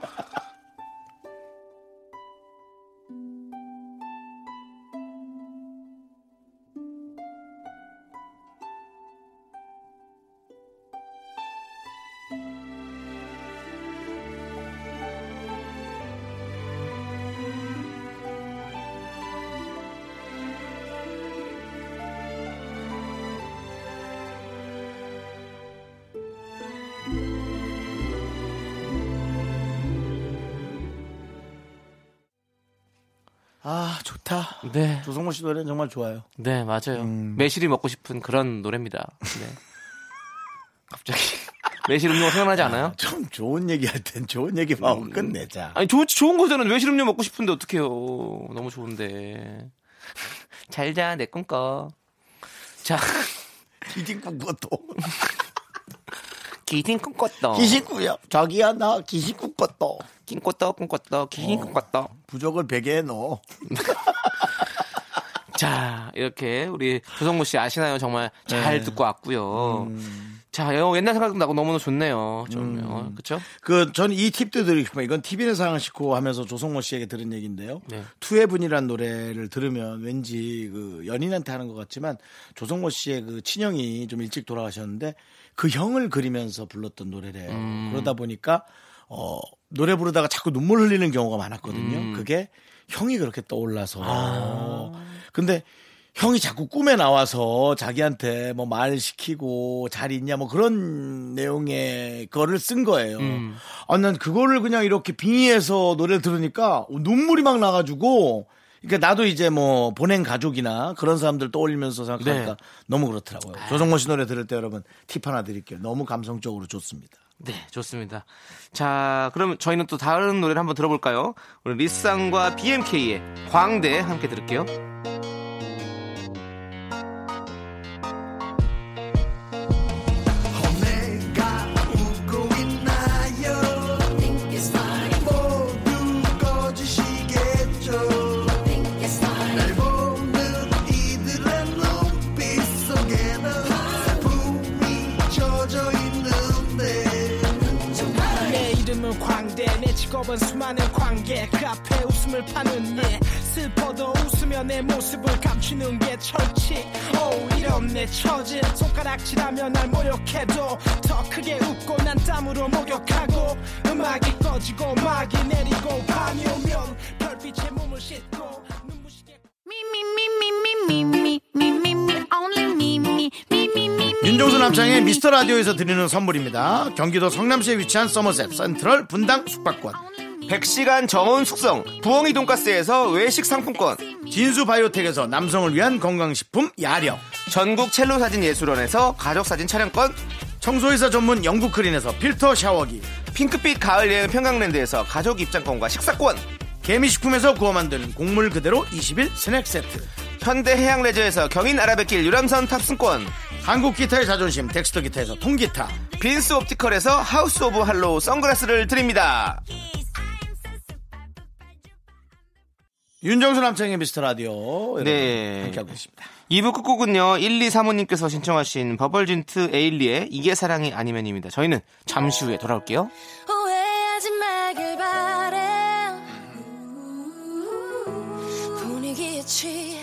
[SPEAKER 1] 아, 좋다.
[SPEAKER 2] 네.
[SPEAKER 1] 조성모 씨 노래는 정말 좋아요.
[SPEAKER 2] 네, 맞아요. 매실이 먹고 싶은 그런 노래입니다. 네. 갑자기 매실 음료가 생각나지 않아요?
[SPEAKER 1] 참 좋은 얘기할 땐 좋은 얘기만 하고 끝내자.
[SPEAKER 2] 음. 아니 좋은 좋은 거잖아요. 매실 음료 먹고 싶은데 어떡해요. 너무 좋은데. 잘 자, 내 꿈꿔. 자,
[SPEAKER 1] 기신국것도
[SPEAKER 2] 기린 꿈꿨다.
[SPEAKER 1] 기신국이야. 자기야 나 기신국것도
[SPEAKER 2] 꿈꿨다, 꿈꿨다, 기린 꿈꿨다.
[SPEAKER 1] 부적을 베개에 넣어.
[SPEAKER 2] 자, 이렇게 우리 조성모 씨 아시나요? 정말 잘 듣고 왔고요. 자, 여- 옛날 생각도 나고 너무너무 좋네요. 좀, 어, 그쵸?
[SPEAKER 1] 그 저는 이 팁도 드리고 싶어요. 이건 TV는 상하시고 하면서 조성모 씨에게 들은 얘기인데요.
[SPEAKER 2] 네.
[SPEAKER 1] 투해분이라는 노래를 들으면 왠지 그 연인한테 하는 것 같지만 조성모 씨의 그 친형이 좀 일찍 돌아가셨는데 그 형을 그리면서 불렀던 노래래요. 그러다 보니까 어 노래 부르다가 자꾸 눈물 흘리는 경우가 많았거든요. 그게 형이 그렇게 떠올라서. 근데 형이 자꾸 꿈에 나와서 자기한테 뭐 말 시키고 잘 있냐 뭐 그런 내용의 거를 쓴 거예요. 아, 난 그거를 그냥 이렇게 빙의해서 노래를 들으니까 눈물이 막 나가지고 그러니까 나도 이제 뭐 보낸 가족이나 그런 사람들 떠올리면서 생각하니까
[SPEAKER 2] 네.
[SPEAKER 1] 너무 그렇더라고요. 조성모 씨 노래 들을 때 여러분 팁 하나 드릴게요. 너무 감성적으로 좋습니다.
[SPEAKER 2] 네, 좋습니다. 자, 그럼 저희는 또 다른 노래를 한번 들어볼까요? 오늘 리쌍과 BMK의 광대 함께 들을게요.
[SPEAKER 4] 내 이름은 광대 내 직업은 수많은 관객 앞에 웃음을 파는 예 슬퍼도 웃으며 내 모습을 감추는 게 철칙 오 이런 내 처질 손가락질하며 날 모욕해도 더 크게 웃고 난 땀으로 목욕하고 음악이 꺼지고 막이 내리고 밤이 오면 별빛에 몸을 씻고 눈부시게
[SPEAKER 5] Me, me, me, me, me, me, me, me, me, me, only me, me, me, me, me, me.
[SPEAKER 1] 윤종수 남창의 미스터 라디오에서 드리는 선물입니다. 경기도 성남시에 위치한 서머셋 센트럴 분당 숙박권.
[SPEAKER 2] 100시간 정원 숙성, 부엉이 돈가스에서 외식 상품권,
[SPEAKER 1] 진수 바이오텍에서 남성을 위한 건강식품 야력.
[SPEAKER 2] 전국 첼로 사진 예술원에서 가족 사진 촬영권,
[SPEAKER 1] 청소회사 전문 영국 크린에서 필터 샤워기.
[SPEAKER 2] 핑크빛 가을 여행 평강랜드에서 가족 입장권과 식사권,
[SPEAKER 1] 개미식품에서 구워 만드는 곡물 그대로 20일 스낵 세트.
[SPEAKER 2] 현대 해양 레저에서 경인 아라뱃길 유람선 탑승권,
[SPEAKER 1] 한국 기타의 자존심 덱스터 기타에서 통기타.
[SPEAKER 2] 빈스 옵티컬에서 하우스 오브 할로우 선글라스를 드립니다.
[SPEAKER 1] 윤정수 남창의 미스터 라디오.
[SPEAKER 2] 네.
[SPEAKER 1] 네. 함께하고 있습니다.
[SPEAKER 2] 2부 끝곡은요 1235님께서 신청하신 버벌진트 에일리의 이게 사랑이 아니면입니다 저희는 잠시 후에 돌아올게요
[SPEAKER 5] 오해하지 말길 바래 음, 분위기에 취해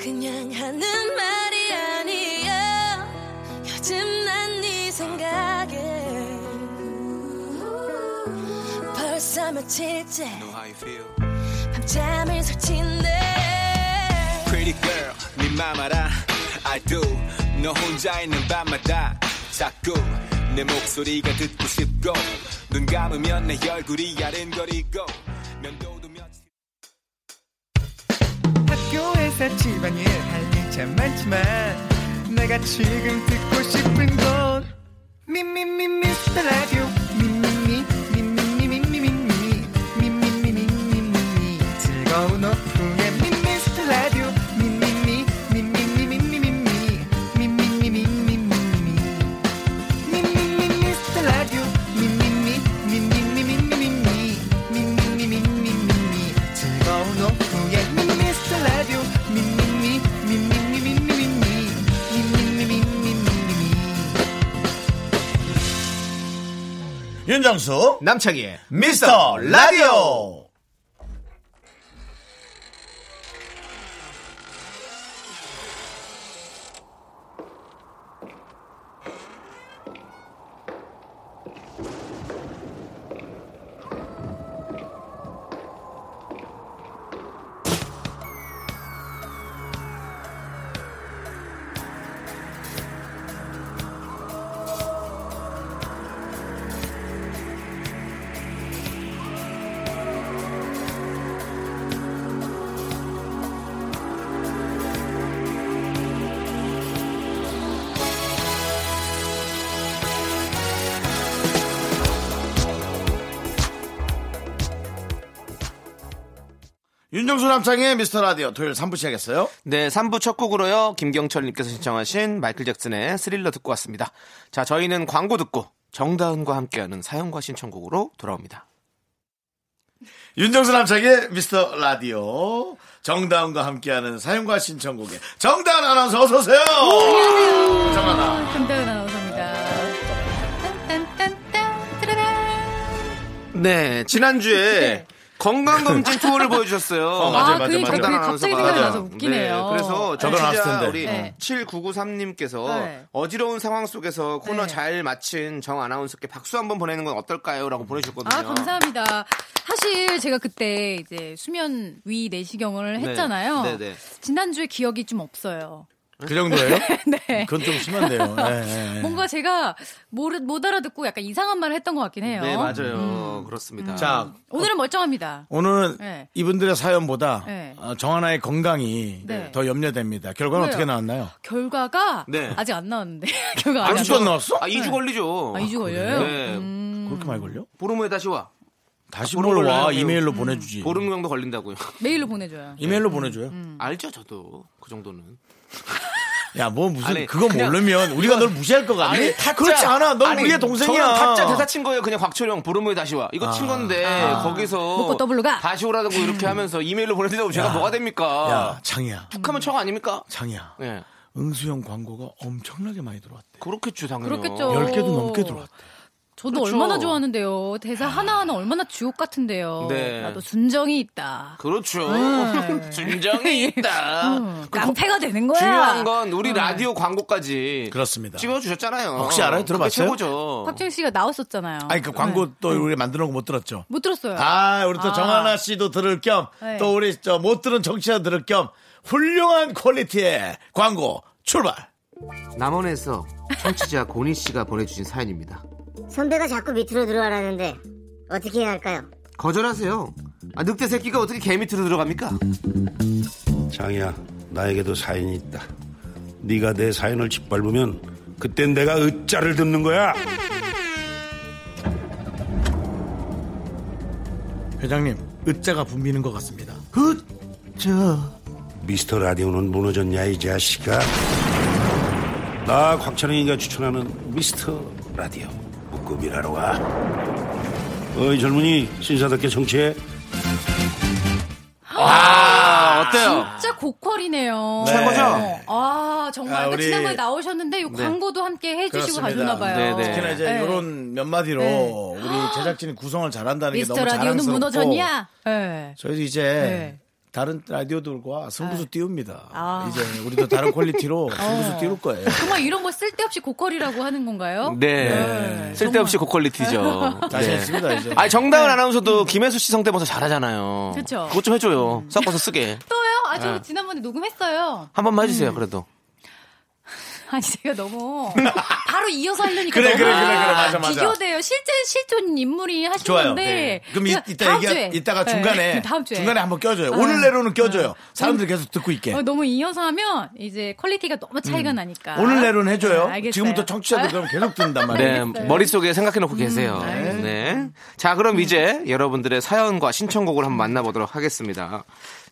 [SPEAKER 5] 그냥 하는 말이 아니야 요즘 난 네 생각에 벌써 며칠째 밤잠을 설친데
[SPEAKER 7] Pretty girl, 네맘 알아. I do. 너 혼자 있는 밤마다 자꾸 내 목소리가 듣고 싶고 눈 감으면 내 얼굴이 야른거리고 면도도 며칠
[SPEAKER 8] 학교에서 집안일 할 일 참 많지만 내가 지금 듣고 싶은 건 미미미 미스터 라디오 미미미 미미미 미미미 미미미 미미미 미미미 즐거운 오후에 네, 미스터 라디오 미미미 미미미 미미미 미미미 미미미 미미미
[SPEAKER 1] 윤정수
[SPEAKER 2] 남창희의
[SPEAKER 1] 미스터 라디오.
[SPEAKER 5] 넌
[SPEAKER 1] 윤정수 남창의 미스터 라디오 토요일 3부 시작했어요.
[SPEAKER 2] 네, 3부 첫 곡으로요. 김경철님께서 신청하신 마이클 잭슨의 스릴러 듣고 왔습니다. 자, 저희는 광고 듣고 정다은과 함께하는 사연과 신청곡으로 돌아옵니다.
[SPEAKER 1] 윤정수 남창의 미스터 라디오 정다운과 함께하는 사연과 신청곡의 정다운 아나운서 어서 오세요. 정하나.
[SPEAKER 9] 담당 아나운서입니다. 딴딴딴딴, 따라란.
[SPEAKER 2] 네, 지난주에 건강검진 투어를 보여주셨어요.
[SPEAKER 1] 어, 맞아요,
[SPEAKER 9] 아,
[SPEAKER 1] 맞아요,
[SPEAKER 9] 그
[SPEAKER 1] 맞아요.
[SPEAKER 9] 얘기
[SPEAKER 2] 정다은
[SPEAKER 9] 갑자기 갑자기
[SPEAKER 2] 아나운서가.
[SPEAKER 9] 생각나서 웃기네요.
[SPEAKER 2] 네, 그래서
[SPEAKER 1] 저도 나왔을
[SPEAKER 2] 정치자
[SPEAKER 1] 텐데.
[SPEAKER 2] 우리
[SPEAKER 9] 네.
[SPEAKER 2] 7993님께서
[SPEAKER 9] 네.
[SPEAKER 2] 어지러운 상황 속에서 코너
[SPEAKER 9] 네.
[SPEAKER 2] 잘 마친 정 아나운서께 박수 한번 보내는 건 어떨까요?
[SPEAKER 1] 음.
[SPEAKER 2] 라고 보내주셨거든요.
[SPEAKER 9] 아, 감사합니다. 사실 제가 그때 이제 수면 위 내시경을
[SPEAKER 2] 네.
[SPEAKER 9] 했잖아요.
[SPEAKER 2] 네, 네.
[SPEAKER 9] 지난주에 기억이 좀 없어요.
[SPEAKER 1] 그 정도예요?
[SPEAKER 9] 네.
[SPEAKER 1] 그건 좀 심한데요.
[SPEAKER 2] 네.
[SPEAKER 1] 예, 예.
[SPEAKER 9] 뭔가 제가 모르, 못 알아듣고 약간 이상한 말을 했던 것 같긴 해요.
[SPEAKER 2] 네, 맞아요.
[SPEAKER 9] 음.
[SPEAKER 2] 그렇습니다.
[SPEAKER 1] 자
[SPEAKER 9] 오늘은 멀쩡합니다.
[SPEAKER 1] 오늘은
[SPEAKER 9] 네.
[SPEAKER 1] 이분들의 사연보다
[SPEAKER 9] 네.
[SPEAKER 1] 어, 정하나의 건강이
[SPEAKER 9] 네.
[SPEAKER 1] 더 염려됩니다. 결과는
[SPEAKER 9] 왜요?
[SPEAKER 1] 어떻게 나왔나요?
[SPEAKER 9] 결과가
[SPEAKER 2] 네.
[SPEAKER 9] 아직 안 나왔는데. 결과 아직
[SPEAKER 1] 아직도
[SPEAKER 9] 안
[SPEAKER 1] 안
[SPEAKER 9] 나왔-
[SPEAKER 1] 나왔어?
[SPEAKER 2] 아, 2주 걸리죠.
[SPEAKER 9] 아, 2주 걸려요? 음.
[SPEAKER 2] 네.
[SPEAKER 1] 그렇게 많이 걸려?
[SPEAKER 2] 보름 후에 다시 와.
[SPEAKER 1] 다시
[SPEAKER 2] 보름
[SPEAKER 1] 뭘 와
[SPEAKER 2] 걸려요.
[SPEAKER 1] 이메일로 보내주지.
[SPEAKER 2] 보름 정도 걸린다고요.
[SPEAKER 9] 메일로 보내줘요.
[SPEAKER 1] 이메일로 보내줘요.
[SPEAKER 9] 음.
[SPEAKER 2] 알죠, 저도. 그 정도는.
[SPEAKER 1] 야, 뭐 무슨
[SPEAKER 2] 아니,
[SPEAKER 1] 그거
[SPEAKER 2] 그냥-
[SPEAKER 1] 모르면 우리가 널 무시할 것 같니? 그렇지 않아. 넌
[SPEAKER 2] 아니,
[SPEAKER 1] 우리의
[SPEAKER 2] 저는
[SPEAKER 1] 동생이야. 아.
[SPEAKER 2] 타짜 대사 친 거예요. 그냥 곽철영 보름 후에 다시 와. 이거 친 건데 거기서
[SPEAKER 9] 먹고 더블로 가.
[SPEAKER 2] 다시 오라고 이렇게 하면서 이메일로 보내드리고 제가 뭐가
[SPEAKER 1] 아. 야, 음. 네.
[SPEAKER 2] 됩니까?
[SPEAKER 1] 창이야.
[SPEAKER 2] 툭하면 청 아닙니까?
[SPEAKER 1] 창이야.
[SPEAKER 2] 예.
[SPEAKER 1] 응수형 광고가 엄청나게 많이 들어왔대.
[SPEAKER 2] 그렇겠죠, 당연히.
[SPEAKER 9] 그렇겠죠.
[SPEAKER 1] 열 개도 넘게 들어왔대.
[SPEAKER 9] 저도
[SPEAKER 2] 그렇죠.
[SPEAKER 9] 얼마나 좋아하는데요. 대사 하나하나 얼마나 주옥 같은데요.
[SPEAKER 2] 네.
[SPEAKER 9] 나도 순정이 있다.
[SPEAKER 2] 그렇죠.
[SPEAKER 9] 음.
[SPEAKER 2] 진정이 있다.
[SPEAKER 9] 음, 깡패가 되는 거야.
[SPEAKER 2] 아,
[SPEAKER 9] 음.
[SPEAKER 2] 중요한 건 우리 라디오 광고까지
[SPEAKER 1] 그렇습니다.
[SPEAKER 2] 찍어주셨잖아요.
[SPEAKER 1] 혹시 알아요?
[SPEAKER 2] 그게
[SPEAKER 1] 들어봤어요?
[SPEAKER 2] 최고죠.
[SPEAKER 9] 박정희 씨가 나왔었잖아요.
[SPEAKER 1] 아니 그 광고 또 우리 만들어 놓고 못 들었죠.
[SPEAKER 9] 못 들었어요.
[SPEAKER 1] 아, 우리 또
[SPEAKER 9] 아.
[SPEAKER 1] 정하나 씨도 들을 겸 또
[SPEAKER 9] 네.
[SPEAKER 1] 우리 저 못 들은 정치자 들을 겸 훌륭한 퀄리티의 광고 출발.
[SPEAKER 2] 남원에서 청취자 고니 씨가 보내주신 사연입니다.
[SPEAKER 10] 선배가 자꾸 밑으로 들어가라는데 어떻게 해야 할까요?
[SPEAKER 2] 거절하세요. 아, 늑대 새끼가 어떻게 개 밑으로 들어갑니까?
[SPEAKER 11] 장이야 나에게도 사연이 있다 네가 내 사연을 짓밟으면 그땐 내가 으짜를 듣는 거야
[SPEAKER 1] 회장님, 으자가 붐비는 것 같습니다.
[SPEAKER 11] 미스터 라디오는 무너졌냐 이 자식아 나 곽찬영이가 추천하는 미스터 라디오 묶음 일하러 와 어이 젊은이 신사답게 정치해
[SPEAKER 2] 아, 어때요?
[SPEAKER 9] 진짜 고퀄이네요.
[SPEAKER 1] 그렇죠. 최고죠?
[SPEAKER 9] 어. 아 정말
[SPEAKER 1] 아,
[SPEAKER 9] 아까
[SPEAKER 1] 우리-
[SPEAKER 9] 지난번에 나오셨는데 이 광고도 함께 해주시고
[SPEAKER 1] 그렇습니다.
[SPEAKER 9] 가셨나 봐요.
[SPEAKER 2] 네, 네.
[SPEAKER 1] 특히나 이제
[SPEAKER 9] 네.
[SPEAKER 1] 이런 몇 마디로
[SPEAKER 9] 네.
[SPEAKER 1] 우리 제작진이 구성을 잘한다는 게
[SPEAKER 9] 미스터
[SPEAKER 1] 너무
[SPEAKER 9] 라디오는
[SPEAKER 1] 자랑스럽고
[SPEAKER 9] 무너졌냐? 네.
[SPEAKER 1] 저희도 이제
[SPEAKER 9] 네.
[SPEAKER 1] 다른 라디오들과 승부수 띄웁니다.
[SPEAKER 9] 아. 어.
[SPEAKER 1] 이제 우리도 다른 퀄리티로 승부수 띄울 거예요.
[SPEAKER 9] 정말 이런 거 쓸데없이 고퀄이라고 하는 건가요?
[SPEAKER 2] 네.
[SPEAKER 9] 네.
[SPEAKER 2] 쓸데없이 고퀄리티죠. 네.
[SPEAKER 1] 자신 있습니다 이제. 네.
[SPEAKER 2] 아니, 정다은 아나운서도 김혜수 씨 성대모사 잘하잖아요.
[SPEAKER 9] 그쵸.
[SPEAKER 2] 것좀 해줘요. 섞어서 쓰게.
[SPEAKER 9] 또요? 아,
[SPEAKER 1] 네.
[SPEAKER 9] 저 지난번에 녹음했어요.
[SPEAKER 2] 한 번만 해주세요, 그래도.
[SPEAKER 9] 아니, 제가 너무. 바로 이어서 하려니까.
[SPEAKER 1] 그래 그래
[SPEAKER 9] 너무
[SPEAKER 1] 그래 그래 맞아 맞아.
[SPEAKER 9] 비교돼요. 실제 실존 인물이 하신
[SPEAKER 1] 좋아요.
[SPEAKER 9] 건데.
[SPEAKER 1] 네. 그럼 이,
[SPEAKER 9] 제가
[SPEAKER 1] 이따
[SPEAKER 9] 다음
[SPEAKER 1] 얘기
[SPEAKER 9] 주에.
[SPEAKER 1] 이따가
[SPEAKER 9] 네,
[SPEAKER 1] 중간에
[SPEAKER 9] 다음 주에.
[SPEAKER 1] 중간에 한번 껴줘요.
[SPEAKER 9] 아.
[SPEAKER 1] 오늘 내로는 껴줘요. 사람들 이 계속 듣고 있게.
[SPEAKER 9] 어, 너무 이어서 하면 이제 퀄리티가 너무 차이가 나니까.
[SPEAKER 1] 음. 오늘 내로는 해줘요.
[SPEAKER 9] 아, 알겠어요.
[SPEAKER 1] 지금부터 청취자들 그럼 계속 듣는단 말이에요. 음,
[SPEAKER 2] 네, 머릿속에 생각해놓고 계세요. 네. 자, 그럼 이제 여러분들의 사연과 신청곡을 한번 만나보도록 하겠습니다.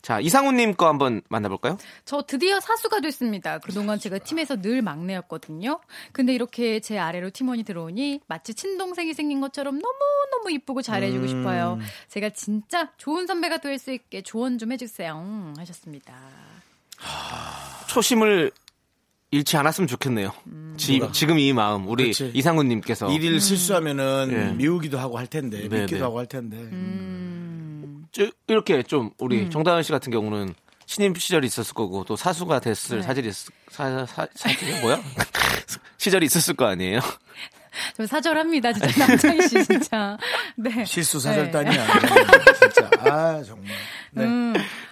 [SPEAKER 2] 자, 이상훈님 거 한번 만나볼까요?
[SPEAKER 9] 저 드디어 사수가 됐습니다. 그동안 제가 팀에서 늘 막내였거든요. 근데 이렇게 제 아래로 팀원이 들어오니 마치 친동생이 생긴 것처럼 너무너무 이쁘고
[SPEAKER 1] 음.
[SPEAKER 9] 잘해주고 싶어요. 제가 진짜 좋은 선배가 될 수 있게 조언 좀 해주세요. 음, 하셨습니다.
[SPEAKER 2] 초심을 잃지 않았으면 좋겠네요. 지, 지금 이 마음, 우리
[SPEAKER 1] 그치.
[SPEAKER 2] 이상훈님께서.
[SPEAKER 9] 음.
[SPEAKER 1] 일일 실수하면은
[SPEAKER 2] 예.
[SPEAKER 1] 미우기도 하고 할 텐데
[SPEAKER 2] 네,
[SPEAKER 1] 믿기도
[SPEAKER 2] 네.
[SPEAKER 1] 하고 할 텐데.
[SPEAKER 9] 음.
[SPEAKER 1] 음,
[SPEAKER 2] 쭉 이렇게 좀 우리 정다은 씨 같은 경우는 신임 시절이 있었을 거고 또 사수가 됐을 사실이 있- 사, 사, 사실이 뭐야? 시절이 있었을 거 아니에요?
[SPEAKER 9] 저 사절합니다. 진짜 남창희 씨 진짜. 네.
[SPEAKER 1] 실수
[SPEAKER 9] 네.
[SPEAKER 1] 사절단이야. 진짜 아 정말. 네.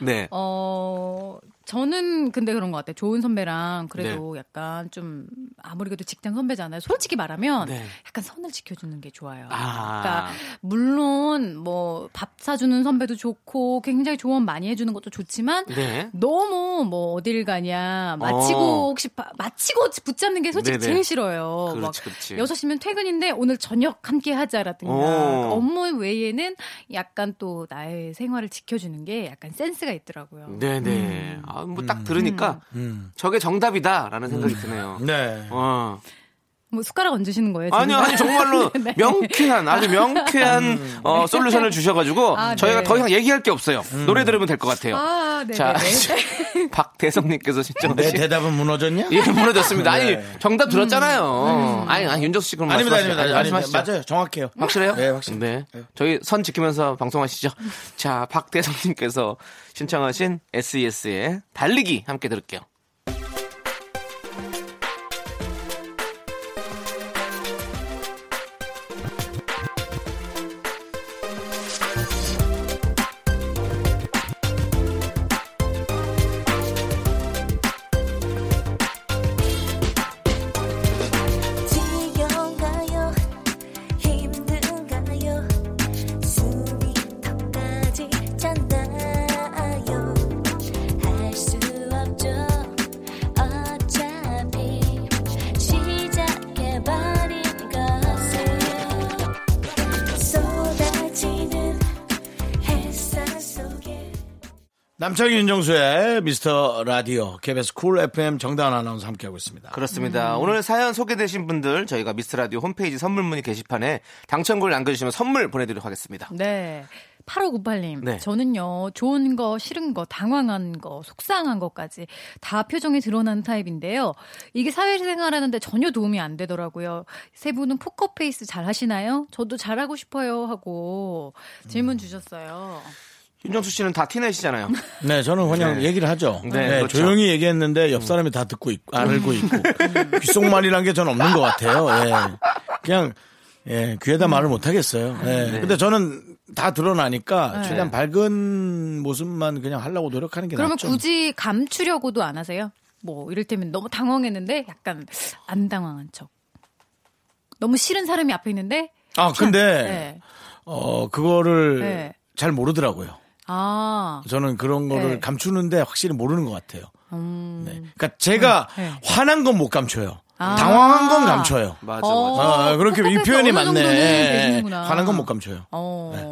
[SPEAKER 2] 네.
[SPEAKER 9] 어, 저는 근데 그런 것 같아요. 좋은 선배랑 그래도
[SPEAKER 2] 네.
[SPEAKER 9] 약간 좀 아무리 그래도 직장 선배잖아요. 솔직히 말하면
[SPEAKER 2] 네.
[SPEAKER 9] 약간 선을 지켜주는 게 좋아요.
[SPEAKER 2] 아.
[SPEAKER 9] 그러니까 물론 뭐 밥 사주는 선배도 좋고 굉장히 조언 많이 해주는 것도 좋지만
[SPEAKER 2] 네.
[SPEAKER 9] 너무 뭐 어딜 가냐 마치고 혹시 바- 마치고 붙잡는 게 솔직히
[SPEAKER 2] 어. 네네.
[SPEAKER 9] 제일 싫어요. 뭐 막
[SPEAKER 2] 그렇지, 그렇지.
[SPEAKER 9] 6시면 퇴근인데 오늘 저녁 함께
[SPEAKER 2] 어.
[SPEAKER 9] 하자라든가 그러니까
[SPEAKER 2] 오.
[SPEAKER 9] 업무 외에는 약간 또 나의 생활을 지켜주는 게 약간 센스가 있더라고요.
[SPEAKER 2] 음. 네네. 아, 뭐 딱 들으니까 저게 정답이다라는 생각이 드네요.
[SPEAKER 1] 네.
[SPEAKER 2] 어.
[SPEAKER 9] 뭐 숟가락 얹으시는 거예요?
[SPEAKER 2] 아니요,
[SPEAKER 9] 지금?
[SPEAKER 2] 아니 정말로
[SPEAKER 9] 네. 음.
[SPEAKER 2] 명쾌한 아주 명쾌한 어, 솔루션을 주셔가지고
[SPEAKER 9] 아, 네.
[SPEAKER 2] 저희가 더 이상 얘기할 게 없어요.
[SPEAKER 1] 음.
[SPEAKER 2] 노래 들으면 될 것 같아요.
[SPEAKER 9] 아, 네네.
[SPEAKER 2] 자, 박대성님께서
[SPEAKER 1] 내
[SPEAKER 2] 신청하신
[SPEAKER 1] 대답은 무너졌냐?
[SPEAKER 2] 예, 무너졌습니다. 아니
[SPEAKER 1] 네.
[SPEAKER 2] 정답 들었잖아요.
[SPEAKER 9] 음.
[SPEAKER 2] 아니, 아니 윤정수 씨 그럼
[SPEAKER 1] 아닙니다,
[SPEAKER 2] 말씀하시죠.
[SPEAKER 1] 아닙니다, 아닙니다.
[SPEAKER 2] 아니, 말씀하시죠.
[SPEAKER 1] 맞아요. 정확해요.
[SPEAKER 2] 확실해요? 네, 확실해요. 저희 선 지키면서 방송하시죠. 자, 박대성님께서 신청하신 SES의 달리기 함께 들을게요.
[SPEAKER 5] 지겨운가요? 힘든가요? 숨이 턱까지 찬다요? 할 수 없죠. 어차피 시작해버린 것을 쏟아지는 햇살 속에
[SPEAKER 1] 남창희 윤정수의 미스터 라디오 KBS 쿨 FM 정다은 아나운서 함께하고 있습니다.
[SPEAKER 2] 그렇습니다.
[SPEAKER 1] 음.
[SPEAKER 2] 오늘 사연 소개되신 분들 저희가 미스트라디오 홈페이지 선물문의 게시판에 당첨글 남겨주시면 선물 보내드리도록 하겠습니다.
[SPEAKER 9] 네. 8598님,
[SPEAKER 2] 네.
[SPEAKER 9] 저는요, 좋은 거, 싫은 거, 당황한 거, 속상한 것까지 다 표정이 드러난 타입인데요. 이게 사회생활 하는데 전혀 도움이 안 되더라고요. 세 분은 포커페이스 잘 하시나요? 저도 잘하고 싶어요. 하고
[SPEAKER 2] 음.
[SPEAKER 9] 질문 주셨어요.
[SPEAKER 2] 윤정수 씨는 다 티내시잖아요.
[SPEAKER 1] 네, 저는 그냥
[SPEAKER 2] 네.
[SPEAKER 1] 얘기를 하죠.
[SPEAKER 2] 네,
[SPEAKER 1] 네,
[SPEAKER 2] 그렇죠.
[SPEAKER 1] 조용히 얘기했는데 옆 사람이 다 듣고 있고, 알고 있고.
[SPEAKER 2] 음.
[SPEAKER 1] 귓속말이란 게 저는 없는 것 같아요. 예. 그냥, 예, 귀에다 말을 못 하겠어요. 예.
[SPEAKER 2] 음. 네.
[SPEAKER 1] 근데 저는 다 드러나니까
[SPEAKER 9] 네.
[SPEAKER 1] 최대한 밝은 모습만 그냥 하려고 노력하는 게
[SPEAKER 9] 그러면
[SPEAKER 1] 낫죠.
[SPEAKER 9] 굳이 감추려고도 안 하세요? 뭐, 이를테면 너무 당황했는데 약간 안 당황한 척. 너무 싫은 사람이 앞에 있는데?
[SPEAKER 1] 아, 근데,
[SPEAKER 9] 네.
[SPEAKER 1] 어, 그거를
[SPEAKER 9] 네.
[SPEAKER 1] 잘 모르더라고요.
[SPEAKER 9] 아.
[SPEAKER 1] 저는 그런 거를
[SPEAKER 9] 네.
[SPEAKER 1] 감추는데 확실히 모르는 것 같아요.
[SPEAKER 9] 음.
[SPEAKER 1] 네. 그러니까 제가
[SPEAKER 9] 네.
[SPEAKER 1] 화난 건 못 감춰요.
[SPEAKER 9] 아.
[SPEAKER 1] 당황한 건 감춰요.
[SPEAKER 2] 맞아,
[SPEAKER 9] 어,
[SPEAKER 1] 아, 그렇게 이
[SPEAKER 9] 포커페이스
[SPEAKER 1] 표현이
[SPEAKER 9] 어느
[SPEAKER 1] 맞네.
[SPEAKER 9] 정도는
[SPEAKER 1] 예, 예.
[SPEAKER 9] 되시는구나.
[SPEAKER 1] 화난 건 못 네. 감춰요.
[SPEAKER 9] 어.